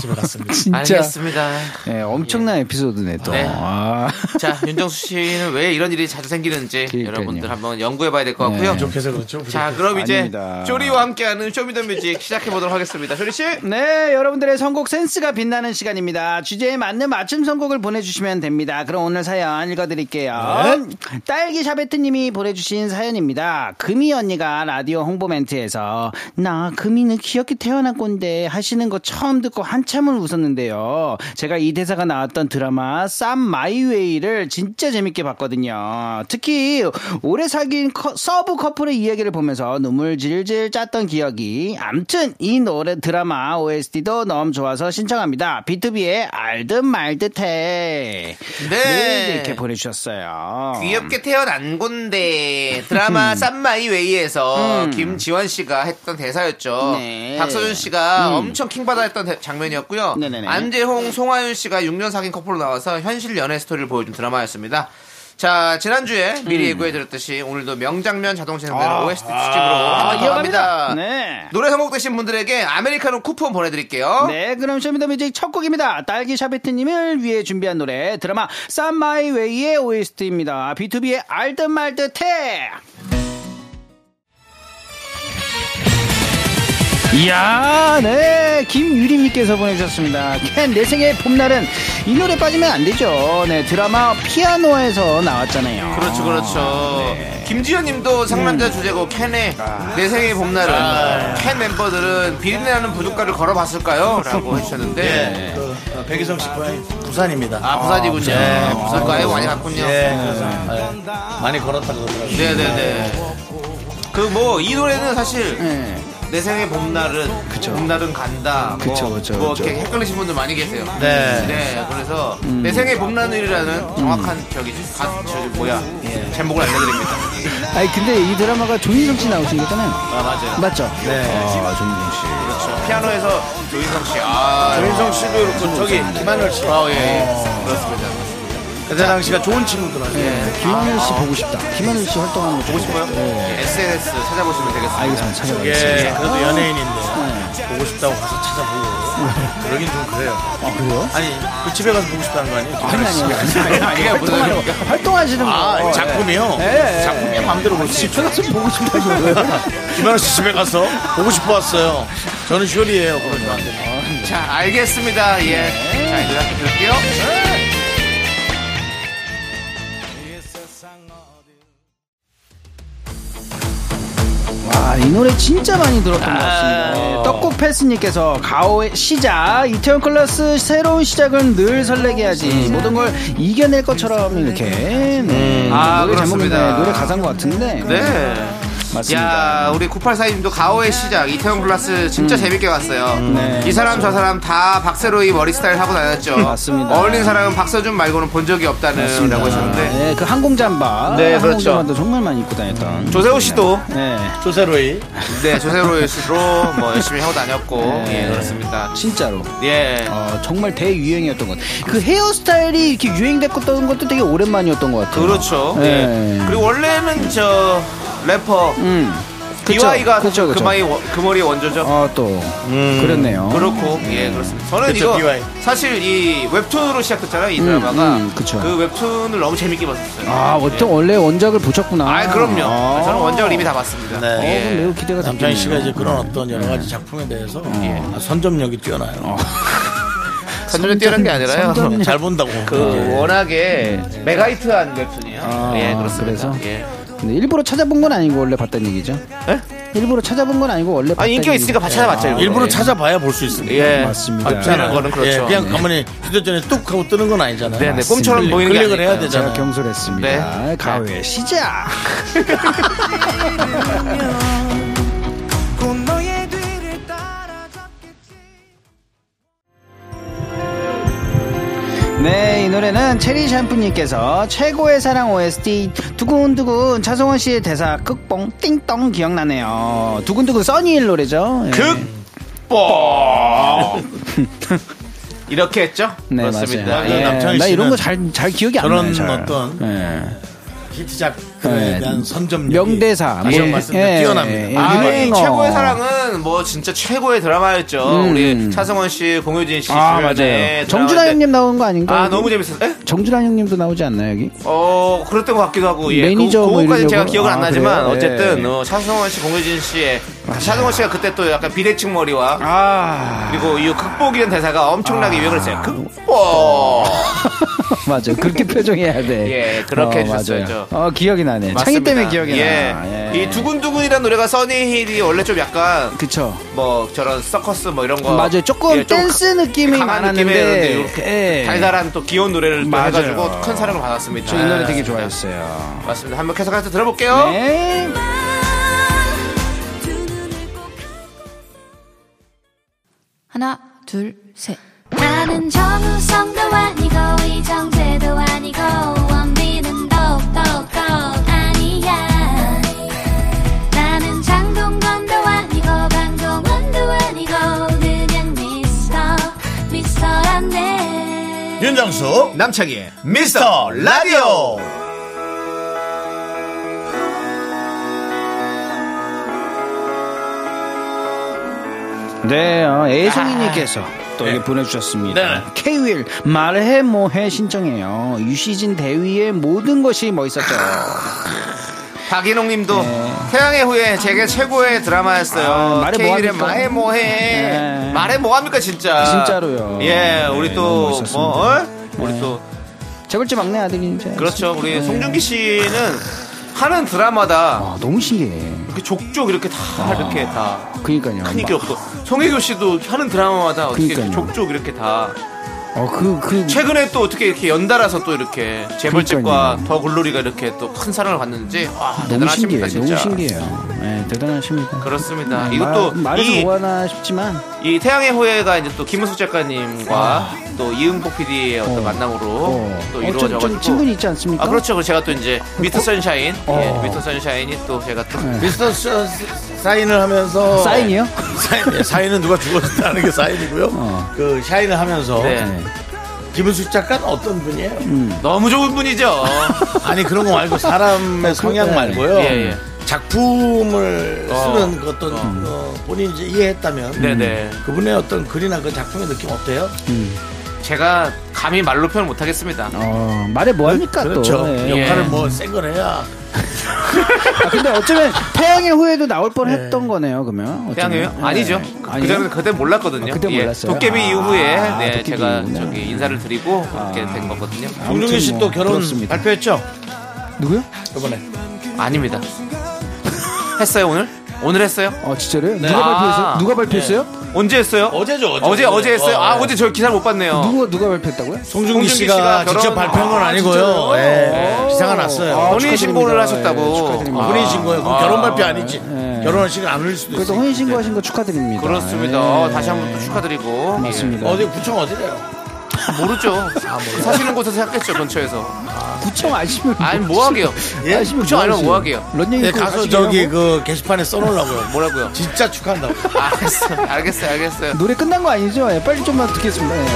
Speaker 1: 집에 갔습니다.
Speaker 6: 진짜.
Speaker 2: 알겠습니다.
Speaker 6: 예, 엄청난 에피소드네 또.
Speaker 2: 네.
Speaker 6: 아.
Speaker 2: 자, 윤정수 씨는 왜 이런 일이 자주 생기는지
Speaker 6: 그러니까요.
Speaker 2: 여러분들 한번 연구해 봐야 될 것 같고요.
Speaker 6: 네.
Speaker 1: 좋게서 그렇죠.
Speaker 2: 자, 그럼 이제
Speaker 6: 아닙니다.
Speaker 2: 쇼리와 함께하는 쇼미더뮤직 시작해 보도록 하겠습니다. 쇼리 씨.
Speaker 6: 네, 여러분들의 선곡 센스가 빛나는 시간입니다. 주제에 맞는 맞춤 선곡을 보내주시면 됩니다. 그럼 오늘 사연 읽어드릴게요. 딸기 샤베트님이 보내주신 사연입니다. 금이 언니가 라디오 홍보 멘트에서 나 금이는 귀엽게 태어난 건데 하시는 거 처음 듣고 한참을 웃었는데요. 어, 제가 이 대사가 나왔던 드라마 쌈 마이웨이를 진짜 재밌게 봤거든요. 특히 오래 사귄 커- 서브 커플의 이야기를 보면서 눈물 질질 짰던 기억이 암튼 이 노래 드라마 OST도 너무 좋아서 신청합니다. B2B의 알듯 말듯해
Speaker 2: 네.
Speaker 6: 이렇게 보내주셨어요.
Speaker 2: 귀엽게 태어난 건데
Speaker 6: 음.
Speaker 2: 드라마 쌈마이웨이에서 김지원 씨가 했던 대사였죠.
Speaker 6: 네.
Speaker 2: 박서준 씨가 엄청 킹받아 했던 대- 장면이었고요.
Speaker 6: 네네네.
Speaker 2: 안재홍, 송하윤 씨가 6년 사귄 커플로 나와서 현실 연애 스토리를 보여준 드라마였습니다. 자 지난주에
Speaker 6: 음.
Speaker 2: 미리 예고해드렸듯이 오늘도 명장면 자동생산 OST 특집으로
Speaker 6: 아. 이어갑니다.
Speaker 2: 아, 이어갑니다.
Speaker 6: 아, 네.
Speaker 2: 노래 선곡되신 분들에게 아메리카노 쿠폰 보내드릴게요.
Speaker 6: 네, 그럼 쇼미더뮤직 첫 곡입니다. 딸기 샤베트님을 위해 준비한 노래 드라마 쌈마이웨이의 OST입니다. B2B의 알듯 말듯해. 이야, 네, 김유림님께서 보내주셨습니다. 캔, 내 생의 봄날은 이 노래 빠지면 안 되죠. 네, 드라마 피아노에서 나왔잖아요.
Speaker 2: 그렇죠, 그렇죠.
Speaker 1: 네.
Speaker 2: 김지현님도 상남자
Speaker 1: 음.
Speaker 2: 주제곡 캔의
Speaker 1: 아,
Speaker 2: 내 생의 봄날은 캔 멤버들은 비린내나는 부둣가를 걸어봤을까요?라고 해주셨는데
Speaker 1: 음. 예. 그, 어, 백이성 씨 고향이 부산입니다.
Speaker 2: 아 부산이군요. 네, 부산가에 많이 갔군요.
Speaker 1: 네. 예, 그래서 예. 많이 걸었다 그러더라고요.
Speaker 2: 네네네. 그 뭐 이 노래는 사실
Speaker 6: 네.
Speaker 2: 내 생의 봄날은 봄날은 간다. 뭐,
Speaker 6: 그쵸, 그쵸,
Speaker 2: 뭐
Speaker 6: 그쵸.
Speaker 2: 이렇게 헷갈리신 분들 많이 계세요.
Speaker 1: 네. 음.
Speaker 2: 그래서 내 생의 봄날이라는 정확한 저기 가, 저기 뭐야
Speaker 1: 예.
Speaker 2: 제목을 알려드립니다.
Speaker 6: 아니, 근데 이 드라마가 조인성 씨 나오신 거잖아요.
Speaker 2: 아 맞아요.
Speaker 6: 맞죠?
Speaker 1: 네.
Speaker 6: 아, 조인성 씨.
Speaker 2: 피아노에서 조인성 씨. 아,
Speaker 1: 백이성 씨도 그렇고 저기 김한열 씨.
Speaker 2: 아, 예, 예. 그렇습니다.
Speaker 1: 그때 씨가 좋은 친구더라고요.
Speaker 6: 네, 김하늘 씨 보고 싶다. 김하늘 씨 활동하는 거 보고
Speaker 2: 뭐요? SNS 찾아보시면 되겠습니다.
Speaker 6: 알겠습니다. 찾아보겠습니다.
Speaker 1: 예, 그래도 연예인인데 보고 싶다고 가서 찾아보고 그러긴 좀 그래요.
Speaker 6: 아, 그래요?
Speaker 1: 아니 그 집에 가서 보고 싶다는 거 아니에요?
Speaker 6: 아니, 아니, 아니. 아니, 아니,
Speaker 2: 그게 무슨
Speaker 6: 활동하는 거. 활동하시는 거.
Speaker 1: 아, 작품이요?
Speaker 6: 예,
Speaker 1: 작품이 마음대로 볼수
Speaker 6: 집에 가서 보고 싶다고요. 네.
Speaker 1: 김하나 씨 집에 가서 보고 싶어 왔어요. 저는 쇼리예요. 그러니까. 그러면 안 돼요.
Speaker 2: 자, 알겠습니다. 예. 자, 이제 함께 들을게요.
Speaker 6: 아, 이 노래 진짜 많이 들었던 것
Speaker 2: 아.
Speaker 6: 같습니다. 네, 떡국 패스님께서 가오의 시작, 이태원 클래스 새로운 시작은 늘 설레게 하지. 모든 걸 이겨낼 것처럼 이렇게. 네.
Speaker 2: 아,
Speaker 6: 노래
Speaker 2: 그렇습니다.
Speaker 6: 제목인데 네, 노래 가사인 것 같은데.
Speaker 2: 네.
Speaker 6: 맞습니다.
Speaker 2: 야, 우리 9842님도 가오의 시작, 이태원 클라스 진짜 재밌게 봤어요.
Speaker 6: 네.
Speaker 2: 이 사람 저 사람 다 박세로이 머리 스타일 하고 다녔죠.
Speaker 6: 맞습니다.
Speaker 2: 어울린 사람은 박서준 말고는 본 적이 없다는 라고 하셨는데.
Speaker 6: 네, 그 항공잠바.
Speaker 2: 네, 그렇죠.
Speaker 6: 항공잠바도 정말 많이 입고 다녔던.
Speaker 2: 조세호 씨도
Speaker 6: 네.
Speaker 1: 조세로이.
Speaker 2: 네 조세호 씨로 뭐 열심히 하고 다녔고 예 그렇습니다
Speaker 6: 진짜로.
Speaker 2: 예
Speaker 6: 어, 정말 대유행이었던 것 같아요. 그 헤어스타일이 이렇게 유행됐던 것도 되게 오랜만이었던 것 같아요.
Speaker 2: 그렇죠.
Speaker 6: 네.
Speaker 2: 예. 그리고 원래는 저 래퍼
Speaker 6: 음.
Speaker 2: 그
Speaker 6: 그쵸,
Speaker 2: DY가
Speaker 6: 그쵸, 어. 그쵸.
Speaker 2: 금방이 원- 그 머리의 원조죠.
Speaker 6: 어, 또. 그렇네요.
Speaker 2: 음. 그렇고 예 그렇습니다. 저는
Speaker 1: 그쵸,
Speaker 2: 이거
Speaker 1: DY.
Speaker 2: 사실 이 웹툰으로 시작했잖아요 이 드라마가
Speaker 6: 음, 그쵸.
Speaker 2: 그 웹툰을 너무 재밌게 봤었어요.
Speaker 6: 아, 어떤 원래 원작을 보셨구나.
Speaker 2: 아 그럼요. 예.
Speaker 6: 아.
Speaker 2: 저는 원작을 이미 다 봤습니다.
Speaker 1: 네.
Speaker 6: 어, 그럼 매우 기대가
Speaker 1: 남창희
Speaker 6: 되네요.
Speaker 1: 씨가 이제 그런 어떤 여러
Speaker 6: 음.
Speaker 1: 가지 작품에 대해서 아, 선점력이 뛰어나요.
Speaker 2: 선전에 뛰어난 게 아니라요.
Speaker 6: 선전-
Speaker 1: 잘 본다고. 예.
Speaker 2: 그 워낙에 메가히트한 웹툰이에요.
Speaker 6: 네. 아,
Speaker 2: 예 그렇습니다.
Speaker 6: 그래서? 아,
Speaker 2: 예.
Speaker 6: 근데 일부러 찾아본 건 아니고 원래 봤던 얘기죠. 일부러 찾아본 건 아니고 원래 봤던
Speaker 2: 아니 인기가 있으니까
Speaker 6: 얘기죠.
Speaker 2: 찾아봤죠.
Speaker 6: 아,
Speaker 2: 일부러.
Speaker 1: 일부러
Speaker 2: 예.
Speaker 1: 찾아봐야 볼 수 있습니다.
Speaker 2: 예
Speaker 6: 네, 맞습니다.
Speaker 2: 아,
Speaker 1: 그냥,
Speaker 2: 그런 거는 그렇죠.
Speaker 1: 예, 그냥 가만히 휴대전에 뚝 하고 뜨는 건 아니잖아요.
Speaker 2: 네, 네, 꿈처럼
Speaker 1: 맞습니다.
Speaker 2: 보이는 게
Speaker 1: 클릭을 해야
Speaker 2: 아니니까요.
Speaker 1: 되잖아요. 네,
Speaker 6: 제가 경솔했습니다.
Speaker 2: 네.
Speaker 6: 가회 시작. 네, 이 노래는 체리 샴푸님께서 최고의 사랑 OST 두근두근 차성원 씨의 대사 극봉 띵동 기억나네요. 두근두근 써니일 노래죠. 예.
Speaker 2: 극뽕 이렇게 했죠?
Speaker 6: 네,
Speaker 2: 그렇습니다.
Speaker 6: 맞아요. 예,
Speaker 1: 남창희
Speaker 6: 나 이런
Speaker 1: 씨는
Speaker 6: 거 잘 잘 기억이 안
Speaker 1: 저런
Speaker 6: 나요. 잘.
Speaker 1: 어떤
Speaker 6: 예.
Speaker 1: 히트작
Speaker 6: 예.
Speaker 1: 에 대한 선점력.
Speaker 6: 명대사,
Speaker 1: 다시
Speaker 6: 뭐,
Speaker 1: 한번 말씀드리
Speaker 6: 예,
Speaker 1: 뛰어납니다.
Speaker 6: 예, 예.
Speaker 2: 아, 이
Speaker 6: 유행어.
Speaker 2: 최고의 사랑은 뭐 진짜 최고의 드라마였죠.
Speaker 6: 음.
Speaker 2: 우리 차성원 씨, 공효진 씨.
Speaker 6: 아 맞아요.
Speaker 2: 출연의
Speaker 6: 정준하
Speaker 2: 드라마인데.
Speaker 6: 형님 나온 거 아닌가?
Speaker 2: 네, 아,
Speaker 6: 여기?
Speaker 2: 너무 재밌었어. 에?
Speaker 6: 정준하 형님도 나오지 않나요 여기?
Speaker 2: 어, 그랬던 것 같기도 하고, 예.
Speaker 6: 매니저
Speaker 2: 그,
Speaker 6: 뭐
Speaker 2: 거까지
Speaker 6: 이런
Speaker 2: 제가
Speaker 6: 쪽으로?
Speaker 2: 기억은
Speaker 6: 아,
Speaker 2: 안 나지만,
Speaker 6: 그래요?
Speaker 2: 어쨌든,
Speaker 6: 예.
Speaker 2: 어, 차성원 씨, 공효진 씨의. 차성원 씨가 그때 또 약간 비대칭 머리와.
Speaker 6: 아
Speaker 2: 그리고 이 극복이라는 대사가 엄청나게 유행을 했어요. 극복!
Speaker 6: 맞아. 그렇게 표정해야 돼.
Speaker 2: 예, 그렇게
Speaker 6: 어,
Speaker 2: 해주셨어요.
Speaker 6: 맞아요. 어 기억이 나네. 창희 때문에 기억이 아,
Speaker 2: 예.
Speaker 6: 나.
Speaker 2: 이 두근두근이라는 노래가 써니힐이 원래 좀 약간
Speaker 6: 그쵸.
Speaker 2: 뭐 저런 서커스 뭐 이런 거
Speaker 6: 맞아요. 조금
Speaker 2: 예, 좀
Speaker 6: 댄스 느낌이
Speaker 2: 강한
Speaker 6: 많았는데,
Speaker 2: 느낌이었는데 이렇게
Speaker 6: 예.
Speaker 2: 달달한 또 귀여운 노래를 또
Speaker 6: 맞아요.
Speaker 2: 해가지고 큰 사랑을 받았습니다.
Speaker 6: 저 이 노래 되게
Speaker 2: 네.
Speaker 6: 좋아했어요.
Speaker 2: 맞습니다. 한번 계속해서 들어볼게요.
Speaker 6: 네.
Speaker 7: 하나, 둘, 셋.
Speaker 5: 나는 정우성도 아니고 이정재도 아니고 원빈은 더욱더 아니야 나는 장동건도 아니고 강동원도 아니고 그냥 미스터 미스터란데
Speaker 1: 윤정수
Speaker 2: 남창희의 미스터 라디오
Speaker 6: 네, 어, 애송이님께서
Speaker 2: 아,
Speaker 6: 또 이렇게 보내주셨습니다.
Speaker 1: 네.
Speaker 6: 케이윌 말해 뭐해 신청해요. 유시진 대위의 모든 것이 멋있었죠.
Speaker 2: 박인홍 님도 태양의 후예 제게 최고의
Speaker 6: 네. 아,
Speaker 2: 드라마였어요.
Speaker 6: 말해
Speaker 2: 케이윌의
Speaker 6: 뭐합니까?
Speaker 2: 말해 뭐해
Speaker 6: 네.
Speaker 2: 말해 뭐합니까 진짜
Speaker 6: 진짜로요.
Speaker 2: 예 우리
Speaker 6: 네, 너무
Speaker 2: 또
Speaker 6: 멋있었습니다. 네.
Speaker 2: 뭐 어? 우리 또
Speaker 6: 재벌집 막내 아들인 줄 알았어요.
Speaker 2: 그렇죠. 우리
Speaker 6: 네.
Speaker 2: 송중기 씨는 하는 드라마다
Speaker 6: 아, 너무 신기해.
Speaker 2: 이렇게 족족 이렇게 다
Speaker 6: 아.
Speaker 2: 이렇게 다
Speaker 6: 그니까요.
Speaker 2: 큰 인기 없고 송혜교 씨도 하는 드라마마다 어떻게
Speaker 6: 그러니까요.
Speaker 2: 족족 이렇게 다
Speaker 6: 어, 그, 그.
Speaker 2: 최근에 또 어떻게 이렇게 연달아서 또 이렇게 재벌집과
Speaker 6: 그러니까요.
Speaker 2: 더 글로리가 이렇게 또 큰 사랑을 받는지 와
Speaker 6: 너무
Speaker 2: 대단하십니다
Speaker 6: 신기해요.
Speaker 2: 진짜
Speaker 6: 너무 신기해요. 네, 대단하십니다.
Speaker 2: 그렇습니다.
Speaker 6: 네,
Speaker 2: 이것도
Speaker 6: 말, 말해서
Speaker 2: 이,
Speaker 6: 뭐하나 싶지만
Speaker 2: 이 태양의 후예가 이제 또 김은숙 작가님과 또 이응복 PD의 어떤
Speaker 6: 아. 어.
Speaker 2: 만남으로
Speaker 6: 어.
Speaker 2: 또
Speaker 6: 어,
Speaker 2: 이루어져가지고
Speaker 6: 좀- 좀 친분이 있지 않습니까?
Speaker 2: 아 그렇죠. 그리고 제가 또 이제 미스터 선샤인,
Speaker 6: 어. 네.
Speaker 2: 예, 미스터 선샤인이 또 제가 또 네.
Speaker 1: 미스터 셔- 사인을 하면서
Speaker 6: 사인이요?
Speaker 1: 사인, 예, 사인은 누가 죽었다는 게 사인이고요.
Speaker 6: 어.
Speaker 1: 그 샤인을 하면서
Speaker 2: 네.
Speaker 1: 김은숙 작가는 어떤 분이에요?
Speaker 2: 너무 좋은 분이죠.
Speaker 1: 아니 그런 거 말고 사람의 성향 말고요.
Speaker 2: 예, 예.
Speaker 1: 작품을
Speaker 2: 어.
Speaker 1: 쓰는 그 네. 어떤 어, 본인이 이제 이해했다면
Speaker 2: 네네.
Speaker 1: 그분의 어떤 글이나 그 작품의 느낌 어때요?
Speaker 2: 제가 감히 말로 표현 못하겠습니다.
Speaker 6: 어, 말해 뭐합니까
Speaker 1: 그렇죠.
Speaker 6: 또. 예.
Speaker 2: 예.
Speaker 1: 역할을 뭐 센 걸 해야
Speaker 6: 아, 근데 어쩌면 태양의 후예도 나올 뻔했던 거네요. 그러면 어쩌면.
Speaker 2: 네. 태양이요?
Speaker 6: 예.
Speaker 2: 아니죠. 그
Speaker 6: 아니요?
Speaker 2: 전에 그때 몰랐거든요.
Speaker 6: 아, 그때
Speaker 2: 예.
Speaker 6: 몰랐어요?
Speaker 2: 도깨비
Speaker 6: 아,
Speaker 2: 이후에 네,
Speaker 6: 도깨비 아.
Speaker 2: 제가
Speaker 6: 이후구나.
Speaker 2: 저기 인사를 드리고 이렇게 된 거거든요.
Speaker 1: 정중희 씨또
Speaker 6: 뭐
Speaker 1: 결혼
Speaker 6: 그렇습니다.
Speaker 1: 발표했죠?
Speaker 6: 누구요?
Speaker 1: 이번에
Speaker 2: 아닙니다. 했어요 오늘? 오늘 했어요?
Speaker 6: 어 진짜로요?
Speaker 1: 네.
Speaker 2: 아.
Speaker 6: 누가 발표했어요? 누가 발표했어요?
Speaker 2: 언제 했어요?
Speaker 1: 어제죠, 어제.
Speaker 2: 어제, 어제 했어요. 아,
Speaker 1: 어, 예.
Speaker 2: 어제 저 기사를 못 봤네요.
Speaker 6: 누가 누가 발표했다고요?
Speaker 1: 송중기
Speaker 2: 송중기
Speaker 1: 씨가,
Speaker 2: 씨가 결혼-
Speaker 1: 직접 발표한 건
Speaker 2: 아,
Speaker 1: 아니고요.
Speaker 6: 진짜요?
Speaker 1: 예. 기사가 났어요.
Speaker 6: 아,
Speaker 2: 본인
Speaker 6: 축하드립니다.
Speaker 2: 신고를 하셨다고.
Speaker 6: 예, 축하드립니다.
Speaker 2: 아.
Speaker 1: 본인이 신고요. 그럼 결혼 발표 아니지.
Speaker 6: 예.
Speaker 1: 결혼식을 안 올릴 수도
Speaker 6: 그래도
Speaker 1: 있어요.
Speaker 6: 혼인 신고하신 거 축하드립니다.
Speaker 2: 그렇습니다.
Speaker 6: 예.
Speaker 2: 어, 다시 한 번 또 축하드리고.
Speaker 6: 맞습니다. 아,
Speaker 1: 어디 구청 어디래요?
Speaker 2: 예. 모르죠. 사시는 곳에서 했겠죠, 근처에서.
Speaker 6: 구청 아시면
Speaker 2: 아니, 뭐 하게요?
Speaker 1: 예?
Speaker 2: 구청 아니면 뭐 하게요?
Speaker 6: 런닝 뭐
Speaker 1: 예, 가서 저기 그 게시판에 써놓으려고요. 예,
Speaker 2: 뭐라고요? 아,
Speaker 1: 진짜 축하한다고.
Speaker 2: 알겠어요, 알겠어요, 알겠어요.
Speaker 6: 노래 끝난 거 아니죠? 예, 빨리 좀만 듣겠습니다. 예.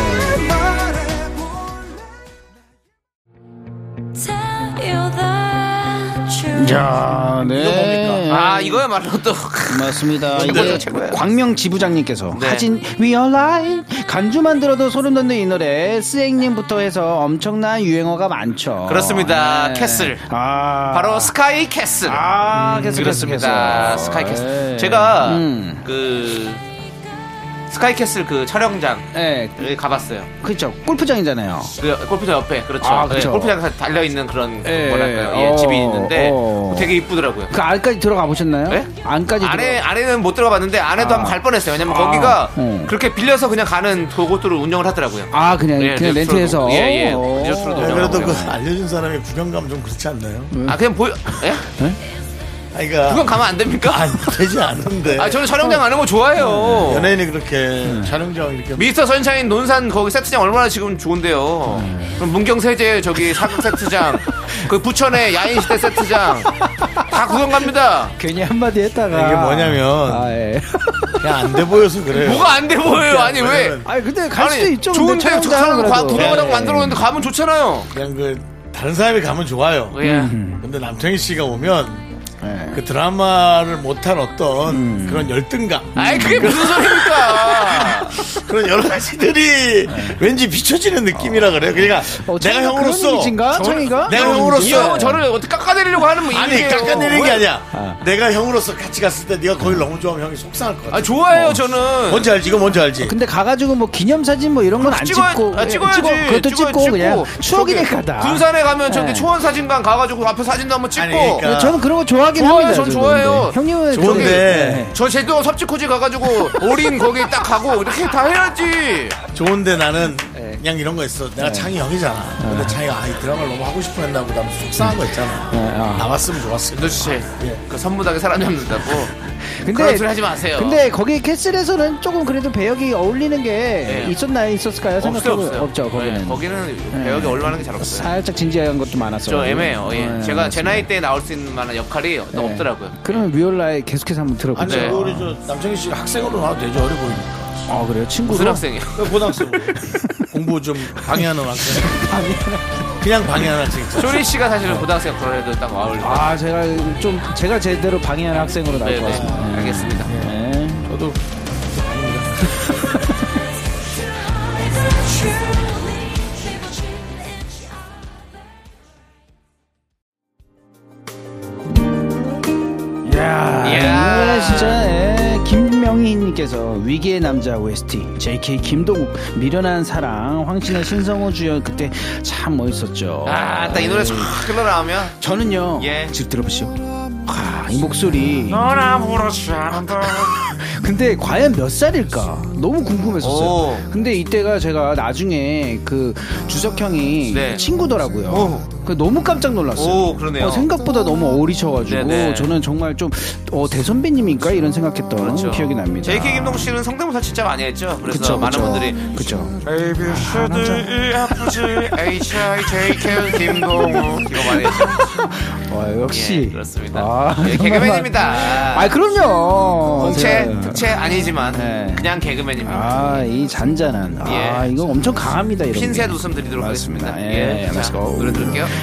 Speaker 5: Tell you the truth
Speaker 6: 야, 네.
Speaker 1: 이거 뭡니까?
Speaker 2: 아, 이거야말로 또.
Speaker 6: 맞습니다.
Speaker 2: 최고죠,
Speaker 6: 아, 이게
Speaker 2: 최고예요.
Speaker 6: 광명 지부장님께서
Speaker 2: 네.
Speaker 6: 하진 We Are Live 간주만 들어도 소름 돋는 이 노래 스앵님부터 해서 엄청난 유행어가 많죠.
Speaker 2: 그렇습니다.
Speaker 6: 네.
Speaker 2: 캐슬.
Speaker 6: 아.
Speaker 2: 바로 스카이 캐슬. 음,
Speaker 6: 아, 계속 네.
Speaker 2: 그렇습니다. 스카이 캐슬. 제가 그 스카이 캐슬 그 촬영장.
Speaker 6: 예,
Speaker 2: 가봤어요.
Speaker 6: 그렇죠. 골프장이잖아요.
Speaker 2: 그 골프장 옆에 그렇죠.
Speaker 6: 아, 그쵸.
Speaker 2: 예, 골프장에서 달려 있는 그런
Speaker 6: 예,
Speaker 2: 뭐랄까요.
Speaker 6: 예.
Speaker 2: 예, 집이
Speaker 6: 어,
Speaker 2: 있는데
Speaker 6: 어.
Speaker 2: 되게 이쁘더라고요.
Speaker 6: 그 안까지 들어가 보셨나요?
Speaker 2: 예?
Speaker 6: 안까지
Speaker 2: 안에 안에는 못 들어가봤는데 안에도 한번 갈 뻔했어요. 왜냐면
Speaker 6: 아,
Speaker 2: 거기가
Speaker 6: 어.
Speaker 2: 그렇게 빌려서 그냥 가는 도고도를 운영을 하더라고요.
Speaker 6: 들어가. 아, 그냥
Speaker 2: 예,
Speaker 6: 그냥
Speaker 2: 리조트로도.
Speaker 6: 렌트해서.
Speaker 2: 예, 예.
Speaker 6: 오.
Speaker 2: 리조트로도.
Speaker 1: 네, 그래도 그
Speaker 2: 그냥.
Speaker 1: 알려준 사람이 구경 가면 좀 그렇지 않나요?
Speaker 6: 음.
Speaker 2: 아 그냥 보여? 예?
Speaker 1: 아니, 음. 그러니까
Speaker 2: 그건 가면 안 됩니까?
Speaker 6: 아,
Speaker 1: 안 되지 않은데.
Speaker 2: 아 저는
Speaker 6: 어.
Speaker 2: 촬영장 가는 거 좋아해요.
Speaker 1: 연예인이 그렇게 촬영장 이렇게
Speaker 2: 미스터 선샤인 논산 거기 세트장 얼마나 지금 좋은데요. 그럼 문경 세제 저기 사극 세트장, 그 부천의 야인시대 세트장 다 구경 갑니다.
Speaker 6: 괜히 한마디 했다가
Speaker 1: 이게 뭐냐면
Speaker 6: 아, 예.
Speaker 1: 그냥 안 돼 보여서 네. 그래요.
Speaker 2: 뭐가 안 돼 보여요? 아니 왜?
Speaker 1: 왜냐면
Speaker 6: 아니 근데 갈 수도
Speaker 2: 아니,
Speaker 6: 있죠. 근데
Speaker 2: 좋은데 저
Speaker 6: 촬영장
Speaker 2: 사람
Speaker 6: 그래도. 네.
Speaker 2: 구경하라고
Speaker 1: 예.
Speaker 2: 만들었는데 가면 좋잖아요.
Speaker 1: 그냥 그 다른 사람이 가면 좋아요.
Speaker 2: 예.
Speaker 1: 근데 남창희 씨가 오면
Speaker 6: 네.
Speaker 1: 그 드라마를 못한 어떤
Speaker 6: 음.
Speaker 1: 그런 열등감
Speaker 2: 아이 그게 무슨 소리입니까?
Speaker 1: 그런 여러 가지들이 왠지 비춰지는 느낌이라 그래요. 그러니까
Speaker 6: 네.
Speaker 1: 내가
Speaker 6: 어, 창희가
Speaker 1: 형으로서
Speaker 6: 그런 이미지인가? 창희가? 어,
Speaker 1: 내가
Speaker 2: 이
Speaker 1: 형으로서
Speaker 2: 형은 저를 어떻게 깎아내리려고 하는 뭐 분이에요?
Speaker 1: 네, 아니 깎아내리는 게 아니야. 내가 형으로서 같이 갔을 때 네가 거길 너무 좋아하면 형이 속상할 것 같아.
Speaker 2: 아 네. 좋아해요 저는.
Speaker 1: 뭔지 알지? 이거 뭔지 알지?
Speaker 6: 근데 가가지고 뭐 기념사진 뭐 이런 건 안
Speaker 2: 찍어야-
Speaker 6: 찍고
Speaker 2: 아,
Speaker 6: 예,
Speaker 2: 찍어야지.
Speaker 6: 찍어, 그것도
Speaker 2: 찍어야-
Speaker 6: 찍고 그냥 추억이니까다.
Speaker 2: 저기 군산에 가면 저기
Speaker 6: 예.
Speaker 2: 초원 사진관 가가지고 앞에 사진도 한번 찍고.
Speaker 1: 아니, 그러니까.
Speaker 6: 근데 저는 그런 거 좋아하긴
Speaker 2: 좋아요,
Speaker 6: 합니다.
Speaker 2: 전
Speaker 6: 저도.
Speaker 2: 좋아해요.
Speaker 6: 근데 형님은
Speaker 1: 좋은데.
Speaker 6: 그렇게- 네.
Speaker 2: 저 제주도 섭지코지 가가지고 올인 거기 딱 가고 이렇게 다 해야지.
Speaker 1: 좋은데 나는 그냥 이런 거 있어.
Speaker 6: 네.
Speaker 1: 내가 창희 형이잖아. 근데 창희가 아, 이 드라마를 너무 하고 싶어 했나 보다. 하면서 속상한 거 있잖아.
Speaker 6: 네.
Speaker 1: 나왔으면 좋았을
Speaker 2: 윤도
Speaker 1: 거야.
Speaker 2: 씨, 그 선무당에 사람이 없는다고.
Speaker 6: 근데
Speaker 2: 그런 소리 하지 마세요.
Speaker 6: 근데 거기 캐슬에서는 조금 그래도 배역이 어울리는 게
Speaker 2: 예.
Speaker 6: 있었나요? 있었을까요?
Speaker 2: 없어요,
Speaker 6: 생각해보-
Speaker 2: 없어요.
Speaker 6: 없죠. 거기는. 네.
Speaker 2: 네, 거기는 배역이 올라가는 게 잘 없어요.
Speaker 6: 살짝 진지한 것도 많았어요.
Speaker 2: 저 애매해요. 예.
Speaker 6: 예,
Speaker 2: 제가 제 나이 때 나올 수 있는 만한 역할이 또
Speaker 6: 예.
Speaker 2: 없더라고요.
Speaker 6: 그러면 리얼라에 계속해서 한번
Speaker 1: 아니,
Speaker 6: 들어보죠.
Speaker 2: 네.
Speaker 1: 그 우리 저 남창희 씨 학생으로 나와도 되죠. 어려 보이니까.
Speaker 6: 아 그래요? 친구로?
Speaker 2: 무슨 학생이요?
Speaker 1: 고등학생으로. 공부 좀 방해하는 학생. 그냥 방해하는 학생. 있잖아.
Speaker 2: 쇼리 씨가 사실은 고등학생 그런 애도 딱 어울릴 것 같아요.
Speaker 6: 아 제가 좀 제가 제대로 방해하는 학생으로 나올
Speaker 2: 네,
Speaker 6: 것
Speaker 2: 네.
Speaker 6: 같습니다. 예.
Speaker 2: 알겠습니다.
Speaker 6: 네.
Speaker 1: 저도
Speaker 6: 네, 진짜 예. 김명희님께서 위기의 남자 OST JK 김동욱 미련한 사랑 황신의 신성호 주연 그때 참 멋있었죠.
Speaker 2: 아, 딱 이
Speaker 6: 네.
Speaker 2: 노래 쫙 흘러나오면.
Speaker 6: 저는요
Speaker 2: 예. 어,
Speaker 6: 지금 들어보시오. 와, 이 목소리. 근데 과연 몇 살일까 너무 궁금했었어요.
Speaker 2: 오.
Speaker 6: 근데 이때가 제가 나중에 그 주석 형이
Speaker 2: 네. 어.
Speaker 6: 친구더라고요. 그 너무 깜짝 놀랐어요.
Speaker 2: 오, 그러네요.
Speaker 6: 어, 생각보다 너무 어리셔가지고
Speaker 2: 네네.
Speaker 6: 저는 정말 좀 어, 대선배님인가 이런 생각했던
Speaker 2: 그렇죠.
Speaker 6: 기억이 납니다.
Speaker 2: JK 김동 씨는 성대모사 진짜 많이 했죠. 그래서
Speaker 6: 그쵸,
Speaker 2: 많은
Speaker 6: 그쵸.
Speaker 2: 분들이
Speaker 6: 그쵸.
Speaker 2: 이 아프지 H I J K 김동우 이거 많이 했죠.
Speaker 6: 와, 아, 역시
Speaker 2: 예, 그렇습니다.
Speaker 6: 아,
Speaker 2: 예,
Speaker 6: 정말
Speaker 2: 개그맨입니다.
Speaker 6: 많- 아 그럼요.
Speaker 2: 공채
Speaker 6: 제가-
Speaker 2: 특채 아니지만
Speaker 6: 네.
Speaker 2: 그냥 개그맨입니다.
Speaker 6: 아, 이 잔잔한. 아,
Speaker 2: 예.
Speaker 6: 이거 엄청 강합니다. 이런
Speaker 2: 핀셋
Speaker 6: 게.
Speaker 2: 웃음 드리도록
Speaker 6: 맞습니다.
Speaker 2: 하겠습니다.
Speaker 6: 예,
Speaker 2: 자,
Speaker 6: let's go.
Speaker 2: 노래 들을게요.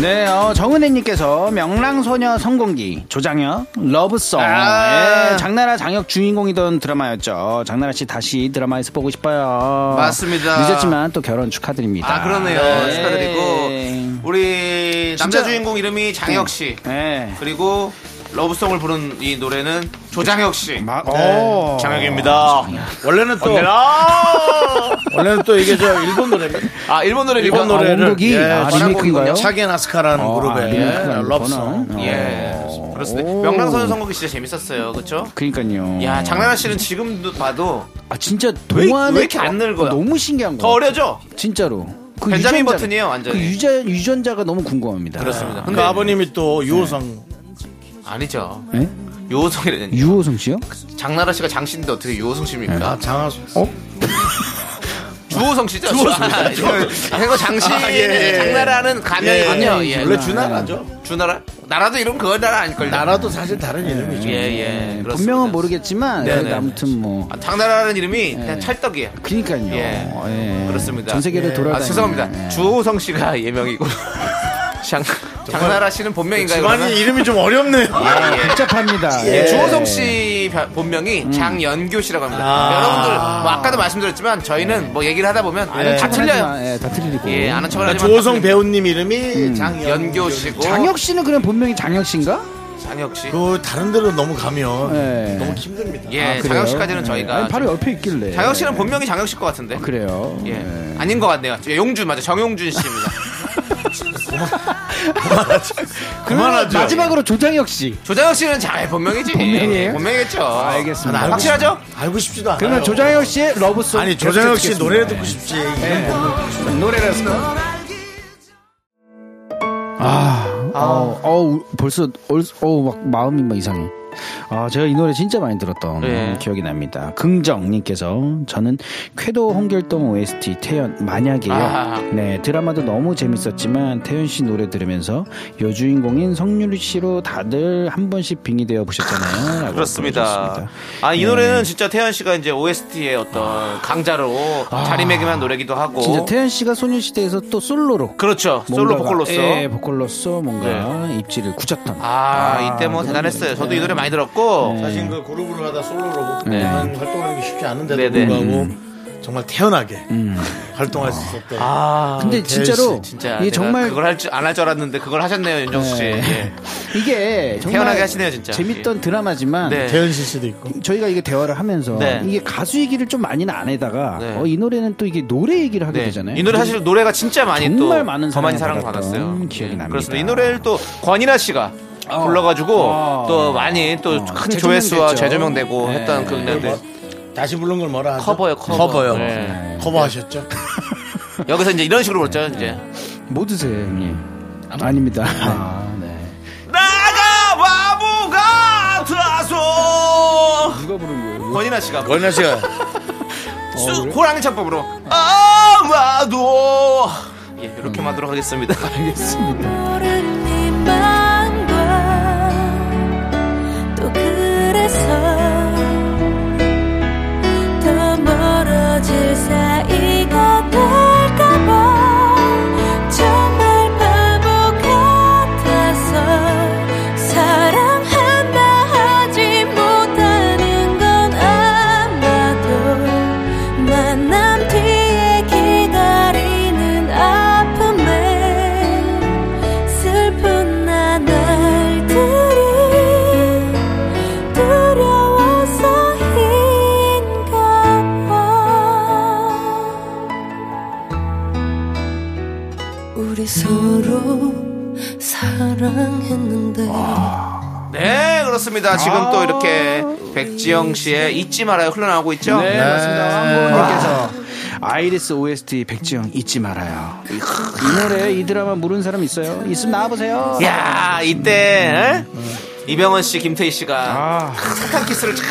Speaker 6: 네, 어, 정은혜님께서 명랑소녀 성공기, 조장혁, 러브송.
Speaker 2: 아.
Speaker 6: 예, 장나라 장혁 주인공이던 드라마였죠. 장나라 씨 다시 드라마에서 보고 싶어요.
Speaker 2: 맞습니다.
Speaker 6: 늦었지만 또 결혼 축하드립니다.
Speaker 2: 아 그러네요.
Speaker 6: 네.
Speaker 2: 축하드리고 우리 남자
Speaker 6: 진짜-
Speaker 2: 주인공 이름이 장혁 씨
Speaker 6: 네.
Speaker 2: 그리고 러브송을 부른 이 노래는 조장혁 씨.
Speaker 6: 마, 오. 어,
Speaker 2: 장혁입니다.
Speaker 1: 원래는 또 원래는 또 이게 저 일본 노래입니다.
Speaker 2: 아 일본 노래
Speaker 1: 일본
Speaker 6: 아,
Speaker 1: 노래를
Speaker 6: 원곡이
Speaker 1: 예,
Speaker 6: 아,
Speaker 2: 전환
Speaker 6: 리메이크인가요?
Speaker 1: 차게 나스카라는
Speaker 6: 어, 아,
Speaker 1: 그룹의 예,
Speaker 6: 리메이크가 아니구나.
Speaker 1: 럽송.
Speaker 6: 어.
Speaker 2: 예. 그렇습니다.
Speaker 6: 오.
Speaker 2: 명랑소년 선곡이 진짜 재밌었어요. 그렇죠?
Speaker 6: 그러니까요.
Speaker 2: 야, 장나라 씨는 지금도 봐도
Speaker 6: 아, 진짜
Speaker 2: 왜,
Speaker 6: 동안에
Speaker 2: 왜 이렇게 안 늙어요?
Speaker 6: 너무 신기한 거.
Speaker 2: 더 어려져.
Speaker 6: 진짜로. 그
Speaker 2: 벤자민
Speaker 6: 유전자-
Speaker 2: 버튼이에요, 완전히.
Speaker 6: 그 유자, 유전자가 너무 궁금합니다.
Speaker 2: 그렇습니다.
Speaker 1: 그 아버님이
Speaker 6: 네.
Speaker 1: 또 유호성
Speaker 2: 네.
Speaker 6: 어?
Speaker 2: 아니죠.
Speaker 6: 예?
Speaker 2: 요호성이라는
Speaker 6: 유호성 씨요?
Speaker 2: 장나라 씨가 장씨인데 어떻게 요호성 씨입니까?
Speaker 1: 아, 장하수
Speaker 2: 주호성 씨죠. 주호성. 이거 장씨
Speaker 1: 아, 예.
Speaker 2: 장나라는 가명이군요.
Speaker 1: 원래
Speaker 2: 예.
Speaker 1: 주나라죠.
Speaker 2: 주나라? 나라도 이름 그건 나라 아닐걸요?
Speaker 1: 나라도 사실 다른
Speaker 6: 네.
Speaker 1: 이름이죠.
Speaker 2: 예, 예. 그렇습니다.
Speaker 6: 음, 분명은 모르겠지만
Speaker 2: 네,
Speaker 6: 그래도
Speaker 2: 네.
Speaker 6: 아무튼 뭐
Speaker 2: 아, 당나라라는 이름이 그냥 찰떡이에요.
Speaker 6: 그러니까요.
Speaker 2: 예.
Speaker 6: 예.
Speaker 2: 그렇습니다.
Speaker 6: 전 세계를
Speaker 2: 예.
Speaker 6: 돌아다니는.
Speaker 2: 아, 죄송합니다.
Speaker 6: 예.
Speaker 2: 주호성 씨가 예명이고. 장, 장나라 씨는 본명인가요? 그러면? 아,
Speaker 1: 집안이 이름이 좀 어렵네요.
Speaker 6: 복잡합니다.
Speaker 2: 예, 주호성 씨 바- 본명이
Speaker 6: 음.
Speaker 2: 장연교 씨라고 합니다.
Speaker 6: 아.
Speaker 2: 여러분들, 뭐 아까도 말씀드렸지만 저희는 뭐 얘기를 하다 보면
Speaker 1: 예.
Speaker 2: 다 틀려요.
Speaker 6: 예, 다 틀리고.
Speaker 2: 예, 아는 척을 하지만
Speaker 6: 네.
Speaker 1: 조호성 배우님 이름이
Speaker 6: 음.
Speaker 1: 장연.
Speaker 2: 연교 씨고
Speaker 6: 장혁 씨는 그럼 본명이 장혁 씨인가?
Speaker 2: 네, 장혁 씨.
Speaker 1: 그 다른 데로 넘어가면
Speaker 6: 예.
Speaker 1: 너무 힘듭니다.
Speaker 2: 예,
Speaker 6: 그래요?
Speaker 2: 장혁 씨까지는
Speaker 6: 예.
Speaker 2: 저희가
Speaker 6: 아니, 바로 옆에 있길래.
Speaker 2: 장혁 씨는 본명이 장혁 씨 것 같은데.
Speaker 6: 그래요.
Speaker 2: 예.
Speaker 6: 예.
Speaker 2: 아닌 것 같네요. 용준 맞아. 정용준 씨입니다.
Speaker 6: 그러면
Speaker 1: 그만하죠.
Speaker 6: 마지막으로 조장혁 씨.
Speaker 2: 조장혁 씨는 잘 본명이지.
Speaker 6: 본명이에요?
Speaker 2: 본명이겠죠.
Speaker 6: 알겠습니다.
Speaker 2: 아, 확실하죠?
Speaker 1: 알고 싶지도 않아요.
Speaker 6: 그러면 조장혁 씨의 러브송.
Speaker 1: 아니 조장혁 씨
Speaker 6: 듣겠습니다. 네.
Speaker 1: 노래 듣고 싶지.
Speaker 6: 노래라서. 아, 어, 어, 벌써, 얼- 어우, 막 마음이 막 이상해. 아, 제가 이 노래 진짜 많이 들었던
Speaker 2: 예.
Speaker 6: 기억이 납니다. 긍정님께서 저는 쾌도 홍길동 OST 태연 만약에요.
Speaker 2: 아.
Speaker 6: 네 드라마도 너무 재밌었지만 태연 씨 노래 들으면서 여주인공인 성유리 씨로 다들 한 번씩 빙이 되어 보셨잖아요. 라고
Speaker 2: 그렇습니다.
Speaker 6: 보내주셨습니다. 예.
Speaker 2: 아, 이 노래는 진짜 태연 씨가 이제 OST의 어떤 강자로 자리매김한 노래기도 하고.
Speaker 6: 아. 진짜 태연 씨가 소녀시대에서 또 솔로로
Speaker 2: 그렇죠. 어? 솔로
Speaker 6: 뭔가가-
Speaker 2: 보컬로서. 네.
Speaker 6: 예, 보컬로서 뭔가 입지를 굳혔던.
Speaker 2: 아, 이때 뭐
Speaker 6: 그런
Speaker 2: 대단했어요. 저도
Speaker 6: 노래죠.
Speaker 2: 이 노래 많이 들었고.
Speaker 1: 사실 그 그룹으로 하다 솔로로
Speaker 6: 네. 음.
Speaker 1: 활동하는 게 쉽지 않은데도
Speaker 2: 네네.
Speaker 1: 불구하고 정말 태연하게 활동할 수 있었던.
Speaker 2: 아,
Speaker 6: 근데
Speaker 1: 태연
Speaker 6: 진짜로
Speaker 1: 씨
Speaker 2: 진짜
Speaker 6: 이게
Speaker 2: 내가
Speaker 6: 정말
Speaker 2: 그걸 할 줄 안 할 줄 알았는데 그걸 하셨네요, 윤정수 씨.
Speaker 6: 네.
Speaker 2: 예.
Speaker 6: 이게 정말
Speaker 2: 태연하게 하시네요, 진짜.
Speaker 6: 재밌던 드라마지만
Speaker 2: 네.
Speaker 1: 태연 씨 씨도 있고.
Speaker 6: 저희가 이게 대화를 하면서
Speaker 2: 네.
Speaker 6: 이게 가수 얘기를 좀 많이는 안 해다가
Speaker 2: 네.
Speaker 6: 어, 이 노래는 또 이게 노래 얘기를 하게
Speaker 2: 네.
Speaker 6: 되잖아요.
Speaker 2: 이 노래 사실 노래가 진짜 많이 또
Speaker 6: 음. 정말 많은
Speaker 2: 더 많이
Speaker 6: 사랑을
Speaker 2: 사랑 받았어요.
Speaker 6: 받았던 기억이
Speaker 2: 예,
Speaker 6: 납니다.
Speaker 2: 그렇습니다. 이 노래를 또 권이나 씨가
Speaker 6: 어.
Speaker 2: 불러가지고
Speaker 6: 어.
Speaker 2: 또 많이 또 큰
Speaker 6: 재조명됐죠. 네.
Speaker 2: 조회수와 재조명되고 했던 그
Speaker 1: 그걸
Speaker 2: 노래들 그
Speaker 1: 뭐 다시 부른 걸 뭐라 하죠?
Speaker 2: 커버요 커버.
Speaker 1: 커버요.
Speaker 2: 네.
Speaker 1: 커버하셨죠?
Speaker 6: 네.
Speaker 2: 여기서 이제 이런 식으로 불렀죠 이제
Speaker 6: 뭐 드세요, 형님? 아닙니다. 아, 네.
Speaker 2: 나가 바보 같아서 누가 부른 거예요? 권이나 씨가
Speaker 1: 권현 씨가
Speaker 6: 네. 어,
Speaker 2: 수, 호랑이 창법으로 아마도 예 이렇게만 하도록 하겠습니다.
Speaker 6: 알겠습니다.
Speaker 5: 모른 네 맘과 또 그래서 더 멀어질 사이가 될까봐 정말 바보 같아서 사랑한다 하지 못하는 건 아마도 만남 뒤에 기다리는 아픔에 슬픈 나날들이 두려워서인가 봐 우리 서로 사랑했는데
Speaker 2: 네 그렇습니다. 지금 또 이렇게 백지영 씨의 잊지 말아요 흘러나오고 있죠.
Speaker 6: 네, 맞습니다. 황보은님께서 아이리스 OST 백지영 잊지 말아요. 이 노래 이 드라마 모르는 사람 있어요? 있으면 나와보세요.
Speaker 2: 야 이때 에? 이병헌 씨, 김태희 씨가
Speaker 6: 음. 아,
Speaker 2: 착한 키스를 참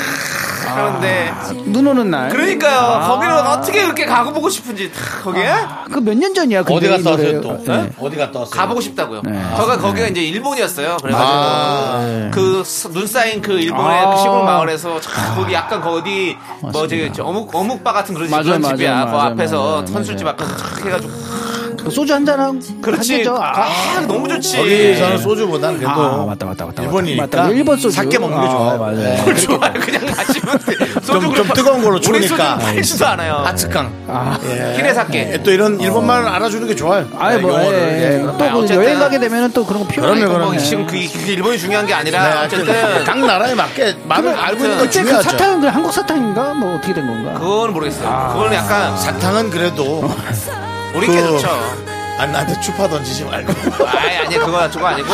Speaker 2: 하는데
Speaker 6: 눈 오는 날.
Speaker 2: 그러니까요
Speaker 6: 아.
Speaker 2: 거기를 어떻게 그렇게 가고 보고 싶은지 다 거기에
Speaker 6: 그 몇 년 전이야. 근데
Speaker 1: 어디
Speaker 6: 이
Speaker 1: 갔다
Speaker 6: 노래.
Speaker 1: 왔어요 또?
Speaker 6: 네. 아,
Speaker 1: 어디 갔다 왔어요?
Speaker 2: 가보고 싶다고요. 저가 거기가 이제 일본이었어요.
Speaker 1: 아,
Speaker 2: 그래가지고 그 눈 쌓인 그 일본의
Speaker 6: 아.
Speaker 2: 그 시골 마을에서 참 거기 약간 거 어디 뭐 저기 저 어묵 어묵바 같은 그런
Speaker 6: 맞아요,
Speaker 2: 그런
Speaker 6: 맞아요,
Speaker 2: 집이야. 그
Speaker 6: 맞아요,
Speaker 2: 앞에서
Speaker 6: 맞아요,
Speaker 2: 선술집 앞에서 촥 해가지고
Speaker 6: 소주 한잔 하고.
Speaker 2: 네? 그렇지.
Speaker 6: 하겠죠?
Speaker 2: 아, 너무 좋지.
Speaker 1: 거기 저는 소주보다는 그래도
Speaker 6: 예. 아, 맞다, 맞다, 맞다.
Speaker 1: 일본이니까
Speaker 2: 그러니까.
Speaker 6: 맞다. 뭐 일본 소주.
Speaker 1: 삭게 먹는 게
Speaker 6: 아,
Speaker 1: 좋아요.
Speaker 6: 맞아요.
Speaker 1: 네.
Speaker 6: 그렇게
Speaker 2: 좋아요. 그냥 마시면 돼.
Speaker 1: 좀- 좀 뜨거운 걸로 추우니까.
Speaker 2: 팔지도 않아요.
Speaker 1: 아츠강. 예.
Speaker 2: 히레사케.
Speaker 1: 또 이런 일본말 알아주는 게 좋아요.
Speaker 6: 아예
Speaker 1: 네,
Speaker 6: 뭐,
Speaker 1: 용어를.
Speaker 6: 예,
Speaker 1: 예.
Speaker 6: 또
Speaker 2: 아,
Speaker 6: 뭐
Speaker 2: 어쨌든.
Speaker 6: 여행 가게 되면은 또 그런 거 필요하니까.
Speaker 1: 그럼요, 그럼요.
Speaker 6: 뭐
Speaker 2: 지금 그, 그 일본이 중요한 게
Speaker 1: 예. 네,
Speaker 2: 아니라
Speaker 1: 하여튼
Speaker 2: 어쨌든
Speaker 1: 각 나라에 맞게 말을 알고 있는 건
Speaker 6: 그때 그
Speaker 1: 중요하죠.
Speaker 6: 사탕은 그 한국 사탕인가? 뭐 어떻게 된 건가?
Speaker 2: 그건 모르겠어요.
Speaker 1: 아.
Speaker 2: 그건 약간
Speaker 1: 사탕은
Speaker 6: 어,
Speaker 1: 그래도
Speaker 2: 우리 게
Speaker 1: 그-
Speaker 2: 좋죠.
Speaker 1: 아, 나한테 추파 던지지 말고.
Speaker 2: 아니 아니 그거 저거 아니고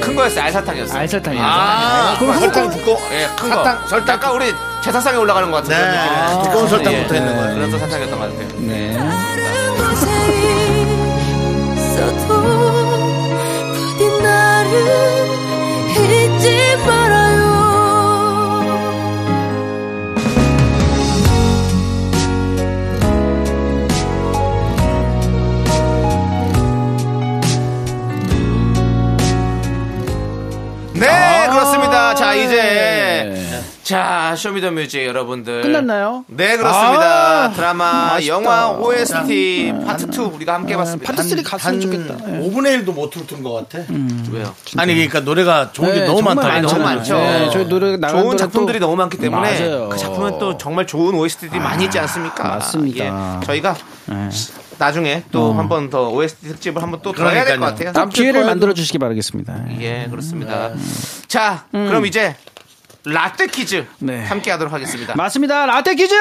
Speaker 2: 큰 거였어요. 알사탕이었어요.
Speaker 6: 알사탕이요.
Speaker 2: 아,
Speaker 1: 그럼 설탕 두꺼운
Speaker 2: 예, 큰 거.
Speaker 1: 사탕, 설탕.
Speaker 2: 약간 우리 제사상에 올라가는 것 같은
Speaker 1: 네,
Speaker 2: 그런 느낌.
Speaker 1: 아, 두꺼운 설탕 붙어 있는 거예요.
Speaker 2: 그런 또 사탕이었던 것 같아요.
Speaker 6: 네.
Speaker 5: 다른 곳에 있어도 부디 나를 잊지 말아요
Speaker 2: 아. 네. 자, 쇼미더뮤직 여러분들.
Speaker 6: 끝났나요?
Speaker 2: 네, 그렇습니다.
Speaker 6: 아,
Speaker 2: 드라마,
Speaker 6: 맛있다.
Speaker 2: 영화, OST, 파트 2 우리가 함께 봤습니다.
Speaker 6: 파트 3
Speaker 1: 한
Speaker 6: 갔으면 좋겠다. 예.
Speaker 1: 5분의 1도 못 훑은 것 같아.
Speaker 2: 왜요?
Speaker 1: 아니 그러니까 노래가 좋은 게
Speaker 6: 네,
Speaker 1: 너무
Speaker 6: 정말
Speaker 1: 많다. 이거는.
Speaker 2: 많죠. 너무 많죠.
Speaker 1: 예.
Speaker 6: 네, 저희 노래 나간
Speaker 2: 좋은
Speaker 6: 노래
Speaker 2: 작품들이
Speaker 6: 또-
Speaker 2: 너무 많기 때문에
Speaker 6: 맞아요. 아,
Speaker 2: 그 작품은 또 정말 좋은 OST들이 많이 있지 않습니까?
Speaker 6: 맞습니다. 네.
Speaker 2: 예, 저희가 나중에 또 한 번 더 OST 특집을 한 번 또 더 해야 될 것
Speaker 1: 그러니까요.
Speaker 2: 같아요.
Speaker 6: 또 기회를 만들어 주시기 바라겠습니다.
Speaker 2: 예, 그렇습니다. 자, 그럼 이제 라떼 퀴즈
Speaker 6: 음. 네.
Speaker 2: 함께 하도록 하겠습니다.
Speaker 6: 맞습니다. 라떼 퀴즈!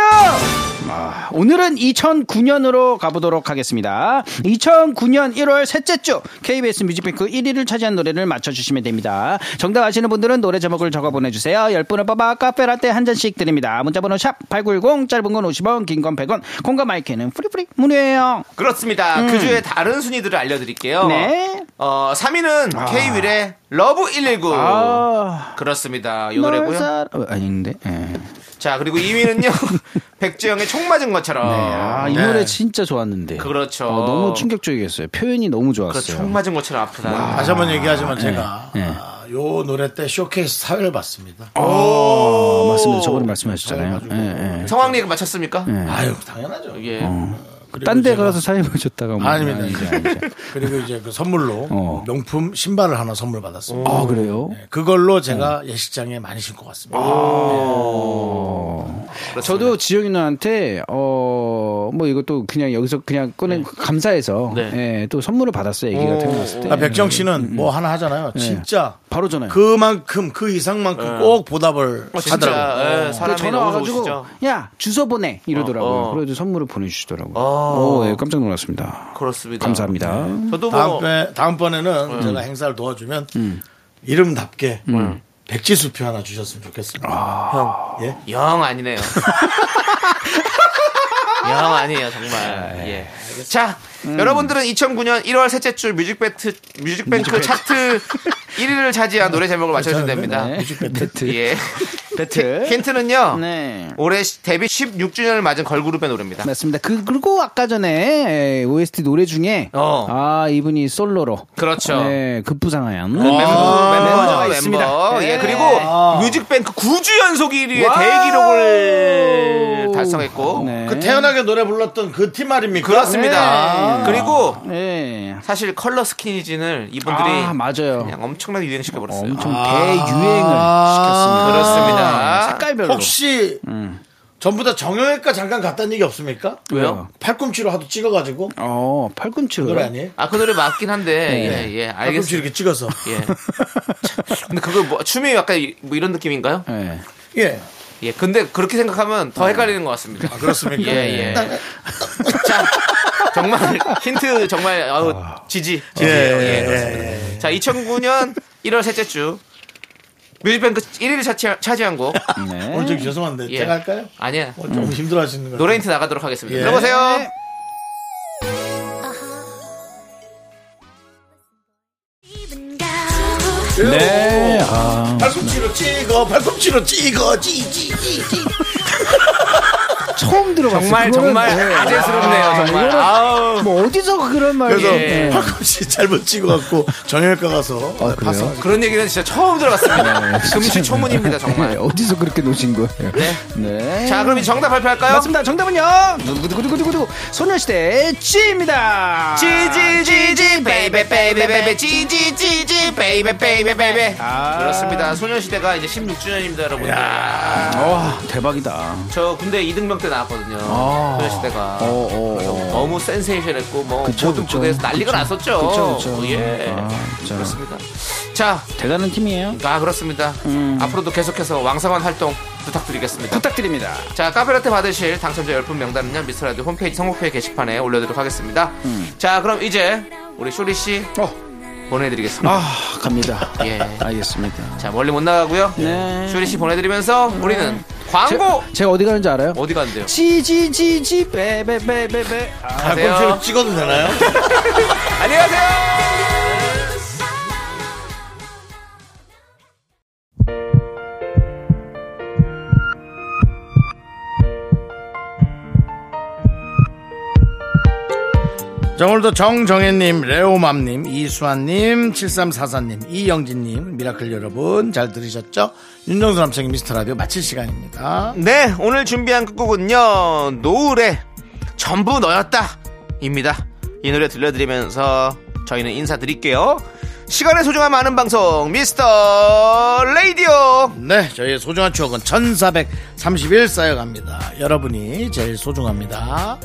Speaker 6: 아, 오늘은 2009년으로 가보도록 하겠습니다. 2009년 1월 셋째 주 KBS 뮤직뱅크 1위를 차지한 노래를 맞춰주시면 됩니다. 정답 아시는 분들은 노래 제목을 적어 보내주세요. 10분을 뽑아 카페 라떼 한 잔씩 드립니다. 문자번호 샵8910 짧은 건 50원 긴 건 100원 콩과 마이크는 프리프리 무료예요.
Speaker 2: 그렇습니다. 그 주에 다른 순위들을 알려드릴게요.
Speaker 6: 음. 네.
Speaker 2: 어, 3위는 K-윌의 러브 119.
Speaker 6: 아,
Speaker 2: 그렇습니다. 요
Speaker 6: 널
Speaker 2: 노래고요.
Speaker 6: 사랑... 어, 아닌데. 예.
Speaker 2: 자, 그리고 2위는요. 백지영의 총 맞은 것처럼.
Speaker 6: 아, 이
Speaker 1: 네.
Speaker 6: 노래 진짜 좋았는데.
Speaker 2: 그렇죠.
Speaker 6: 어, 너무 충격적이었어요. 표현이 너무
Speaker 2: 그
Speaker 6: 좋았어요.
Speaker 2: 총 맞은 것처럼 아프다.
Speaker 1: 다시 한번 얘기하지만 제가
Speaker 6: 예.
Speaker 1: 아, 요 노래 때 쇼케이스 사회를 봤습니다.
Speaker 6: 어, 맞습니다. 저번에
Speaker 2: 네,
Speaker 6: 말씀하셨잖아요. 예, 예.
Speaker 2: 성황리가 맞췄습니까?
Speaker 1: 아유 당연하죠.
Speaker 2: 예.
Speaker 1: 네. 그리고
Speaker 6: 딴 데
Speaker 1: 제가-
Speaker 6: 가서 사회 보셨다가 뭐.
Speaker 1: 아닙니다.
Speaker 6: 아니죠,
Speaker 1: 이제.
Speaker 6: 아니죠.
Speaker 1: 그리고 이제 그 선물로
Speaker 6: 어.
Speaker 1: 명품 신발을 하나 선물 받았습니다.
Speaker 6: 아, 그래요?
Speaker 1: 네, 그걸로 제가 예식장에 많이 신고 갔습니다.
Speaker 6: 저도 지영이 누나한테 어, 뭐 이것도 그냥 여기서 그냥 꺼내 감사해서
Speaker 2: 네.
Speaker 6: 예, 또 선물을 받았어요. 얘기가 태어났을 때.
Speaker 1: 아, 백정 씨는 뭐 하나 하잖아요. 진짜
Speaker 6: 바로 전화요.
Speaker 1: 그만큼 그 이상만큼 꼭 보답을
Speaker 2: 네. 어,
Speaker 1: 하더라고요.
Speaker 2: 진짜 예, 사람이
Speaker 6: 그 전화
Speaker 2: 너무
Speaker 6: 와가지고
Speaker 2: 좋으시죠.
Speaker 6: 야 주소 보내 이러더라고요.
Speaker 2: 어, 어.
Speaker 6: 그래서 선물을 보내주시더라고요.
Speaker 2: 어. 그렇죠.
Speaker 6: 오, 예, 깜짝 놀랐습니다.
Speaker 2: 그렇습니다.
Speaker 6: 감사합니다.
Speaker 2: 저도 뭐
Speaker 1: 다음에 다음번에는
Speaker 2: 네.
Speaker 1: 제가 행사를 도와주면 이름답게 백지수표 하나 주셨으면 좋겠습니다. 예?
Speaker 2: 영 아니네요. 영 아니에요, 정말. 예. 자, 여러분들은 2009년 1월 셋째 주 뮤직뱅크, 뮤직뱅크 차트 1위를 차지한 노래 제목을 맞춰주시면 됩니다.
Speaker 6: 네.
Speaker 1: 뮤직뱅크.
Speaker 2: 예.
Speaker 6: 배틀.
Speaker 2: 힌트는요,
Speaker 6: 네.
Speaker 2: 올해 시- 데뷔 16주년을 맞은 걸그룹의 노래입니다.
Speaker 6: 맞습니다. 그, 그리고 아까 전에 에, OST 노래 중에
Speaker 2: 어.
Speaker 6: 아 이분이 솔로로
Speaker 2: 그렇죠.
Speaker 6: 네, 급부상하연
Speaker 2: 그
Speaker 6: 아,
Speaker 2: 멤버, 멤버죠, 멤버.
Speaker 6: 있습니다.
Speaker 2: 예,
Speaker 6: 예.
Speaker 2: 그리고 뮤직뱅크 9주 연속 1위의 대기록을 달성했고.
Speaker 6: 네.
Speaker 1: 그 태연하게 노래 불렀던 그 팀 말입니까? 네.
Speaker 2: 그렇습니다.
Speaker 6: 네.
Speaker 2: 그리고
Speaker 6: 예.
Speaker 2: 사실 컬러 스키니진을 이분들이
Speaker 6: 아, 맞아요.
Speaker 2: 그냥 엄청나게 유행시켜 버렸어요.
Speaker 6: 엄청 대유행을 시켰습니다.
Speaker 2: 그렇습니다.
Speaker 6: 색깔별로.
Speaker 1: 혹시 전부 다 정형외과 잠깐 갔다는 얘기 없습니까?
Speaker 2: 음. 왜요?
Speaker 1: 팔꿈치로 하도 찍어가지고
Speaker 6: 어 팔꿈치로.
Speaker 1: 노래 아니에요?
Speaker 2: 아, 그 노래 맞긴
Speaker 6: 네.
Speaker 2: 한데. 예, 예.
Speaker 6: 아,
Speaker 1: 팔꿈치
Speaker 2: 알겠습니다.
Speaker 1: 이렇게 찍어서
Speaker 2: 예. 참, 근데 그거 뭐 춤이 약간 이- 뭐 이런 느낌인가요?
Speaker 6: 예.
Speaker 1: 예
Speaker 2: 예. 근데 그렇게 생각하면
Speaker 6: 어.
Speaker 2: 더 헷갈리는 것 같습니다.
Speaker 1: 그렇습니까?
Speaker 2: 예,
Speaker 6: 네.
Speaker 2: 예. 자, 정말 힌트 정말 아우 지지.
Speaker 6: 네.
Speaker 2: 지지. 예, 그렇습니다. 자, 2009년 1월 셋째 주 뮤직뱅크 1위를 차지한, 차지한 곡.
Speaker 6: 네.
Speaker 1: 오늘 좀 죄송한데
Speaker 2: 예.
Speaker 1: 제가 할까요?
Speaker 2: 아니야.
Speaker 1: 어, 좀 힘들어하시는 거
Speaker 2: 노래 힌트 나가도록 하겠습니다.
Speaker 1: 예.
Speaker 2: 들어보세요.
Speaker 6: 네. 아,
Speaker 1: 팔꿈치로 찍어 팔꿈치로 찍어 찌찌찌찌
Speaker 6: 아, 처음 들어봤어요.
Speaker 2: 정말
Speaker 6: 그거는-
Speaker 2: 정말
Speaker 6: 네.
Speaker 2: 아재스럽네요
Speaker 6: 아,
Speaker 2: 정말.
Speaker 6: 이거는
Speaker 2: 아우.
Speaker 6: 뭐 어디서 그런 말을.
Speaker 1: 그래서
Speaker 2: 예.
Speaker 1: 팔꿈치 잘못 찍어갖고 정형외과 가서
Speaker 6: 아, 그래요?
Speaker 1: 봤어
Speaker 2: 그런 얘기는 진짜 처음 들어봤습니다. 금시초문입니다
Speaker 6: 네,
Speaker 2: 정말.
Speaker 6: 어디서 그렇게 노신 거예요?
Speaker 2: 네.
Speaker 6: 네.
Speaker 2: 자 그럼 이 정답 발표할까요?
Speaker 6: 맞습니다. 정답은요. 누구두구두구두구 소녀시대 찌입니다.
Speaker 2: 지지지지 베이베 베이베 베이베 지지지지 베이베 베이베 베이베
Speaker 6: 아.
Speaker 2: 그렇습니다 소녀시대가 이제 16주년입니다 여러분들 아,
Speaker 6: 와 대박이다.
Speaker 2: 저 군대 이등병 때 나왔거든요 소녀시대가
Speaker 6: 어, 어,
Speaker 2: 그래서
Speaker 6: 어.
Speaker 2: 너무 센세이션했고 뭐
Speaker 6: 그쵸,
Speaker 2: 모든
Speaker 6: 그쵸.
Speaker 2: 부대에서 난리가
Speaker 6: 그쵸.
Speaker 2: 났었죠
Speaker 6: 그쵸, 그쵸.
Speaker 2: 예
Speaker 6: 아, 진짜.
Speaker 2: 그렇습니다 자
Speaker 6: 대단한 팀이에요.
Speaker 2: 아 그렇습니다.
Speaker 6: 음.
Speaker 2: 앞으로도 계속해서 왕성한 활동 부탁드리겠습니다.
Speaker 6: 부탁드립니다.
Speaker 2: 자 카페라테 받으실 당첨자 10분 명단은요 미스라디 홈페이지 선곡표 게시판에 올려드리도록 하겠습니다. 자 그럼 이제 우리 쇼리 씨
Speaker 6: 음. 어.
Speaker 2: 보내드리겠습니다.
Speaker 6: 아 갑니다.
Speaker 2: 예.
Speaker 6: 알겠습니다.
Speaker 2: 자 멀리 못 나가고요.
Speaker 6: 네. 음.
Speaker 2: 쇼리 씨 보내드리면서 우리는 광고
Speaker 6: 제가 어디 가는지 알아요?
Speaker 2: 어디 간대요?
Speaker 6: 지지지지 베베베베베. 아,
Speaker 2: 가세요.
Speaker 1: 팔꿈치로 찍어도 되나요?
Speaker 2: 안녕하세요.
Speaker 1: 자, 오늘도 정정혜님, 레오맘님, 이수환님, 7344님, 이영진님, 미라클 여러분 잘 들으셨죠? 윤정수 남성의 미스터라디오 마칠 시간입니다.
Speaker 2: 네, 오늘 준비한 곡은요. 노을의 전부 너였다. 입니다. 이 노래 들려드리면서 저희는 인사드릴게요. 시간의 소중함 아는 방송, 미스터 레이디오!
Speaker 1: 네, 저희의 소중한 추억은 1431 쌓여갑니다. 여러분이 제일 소중합니다.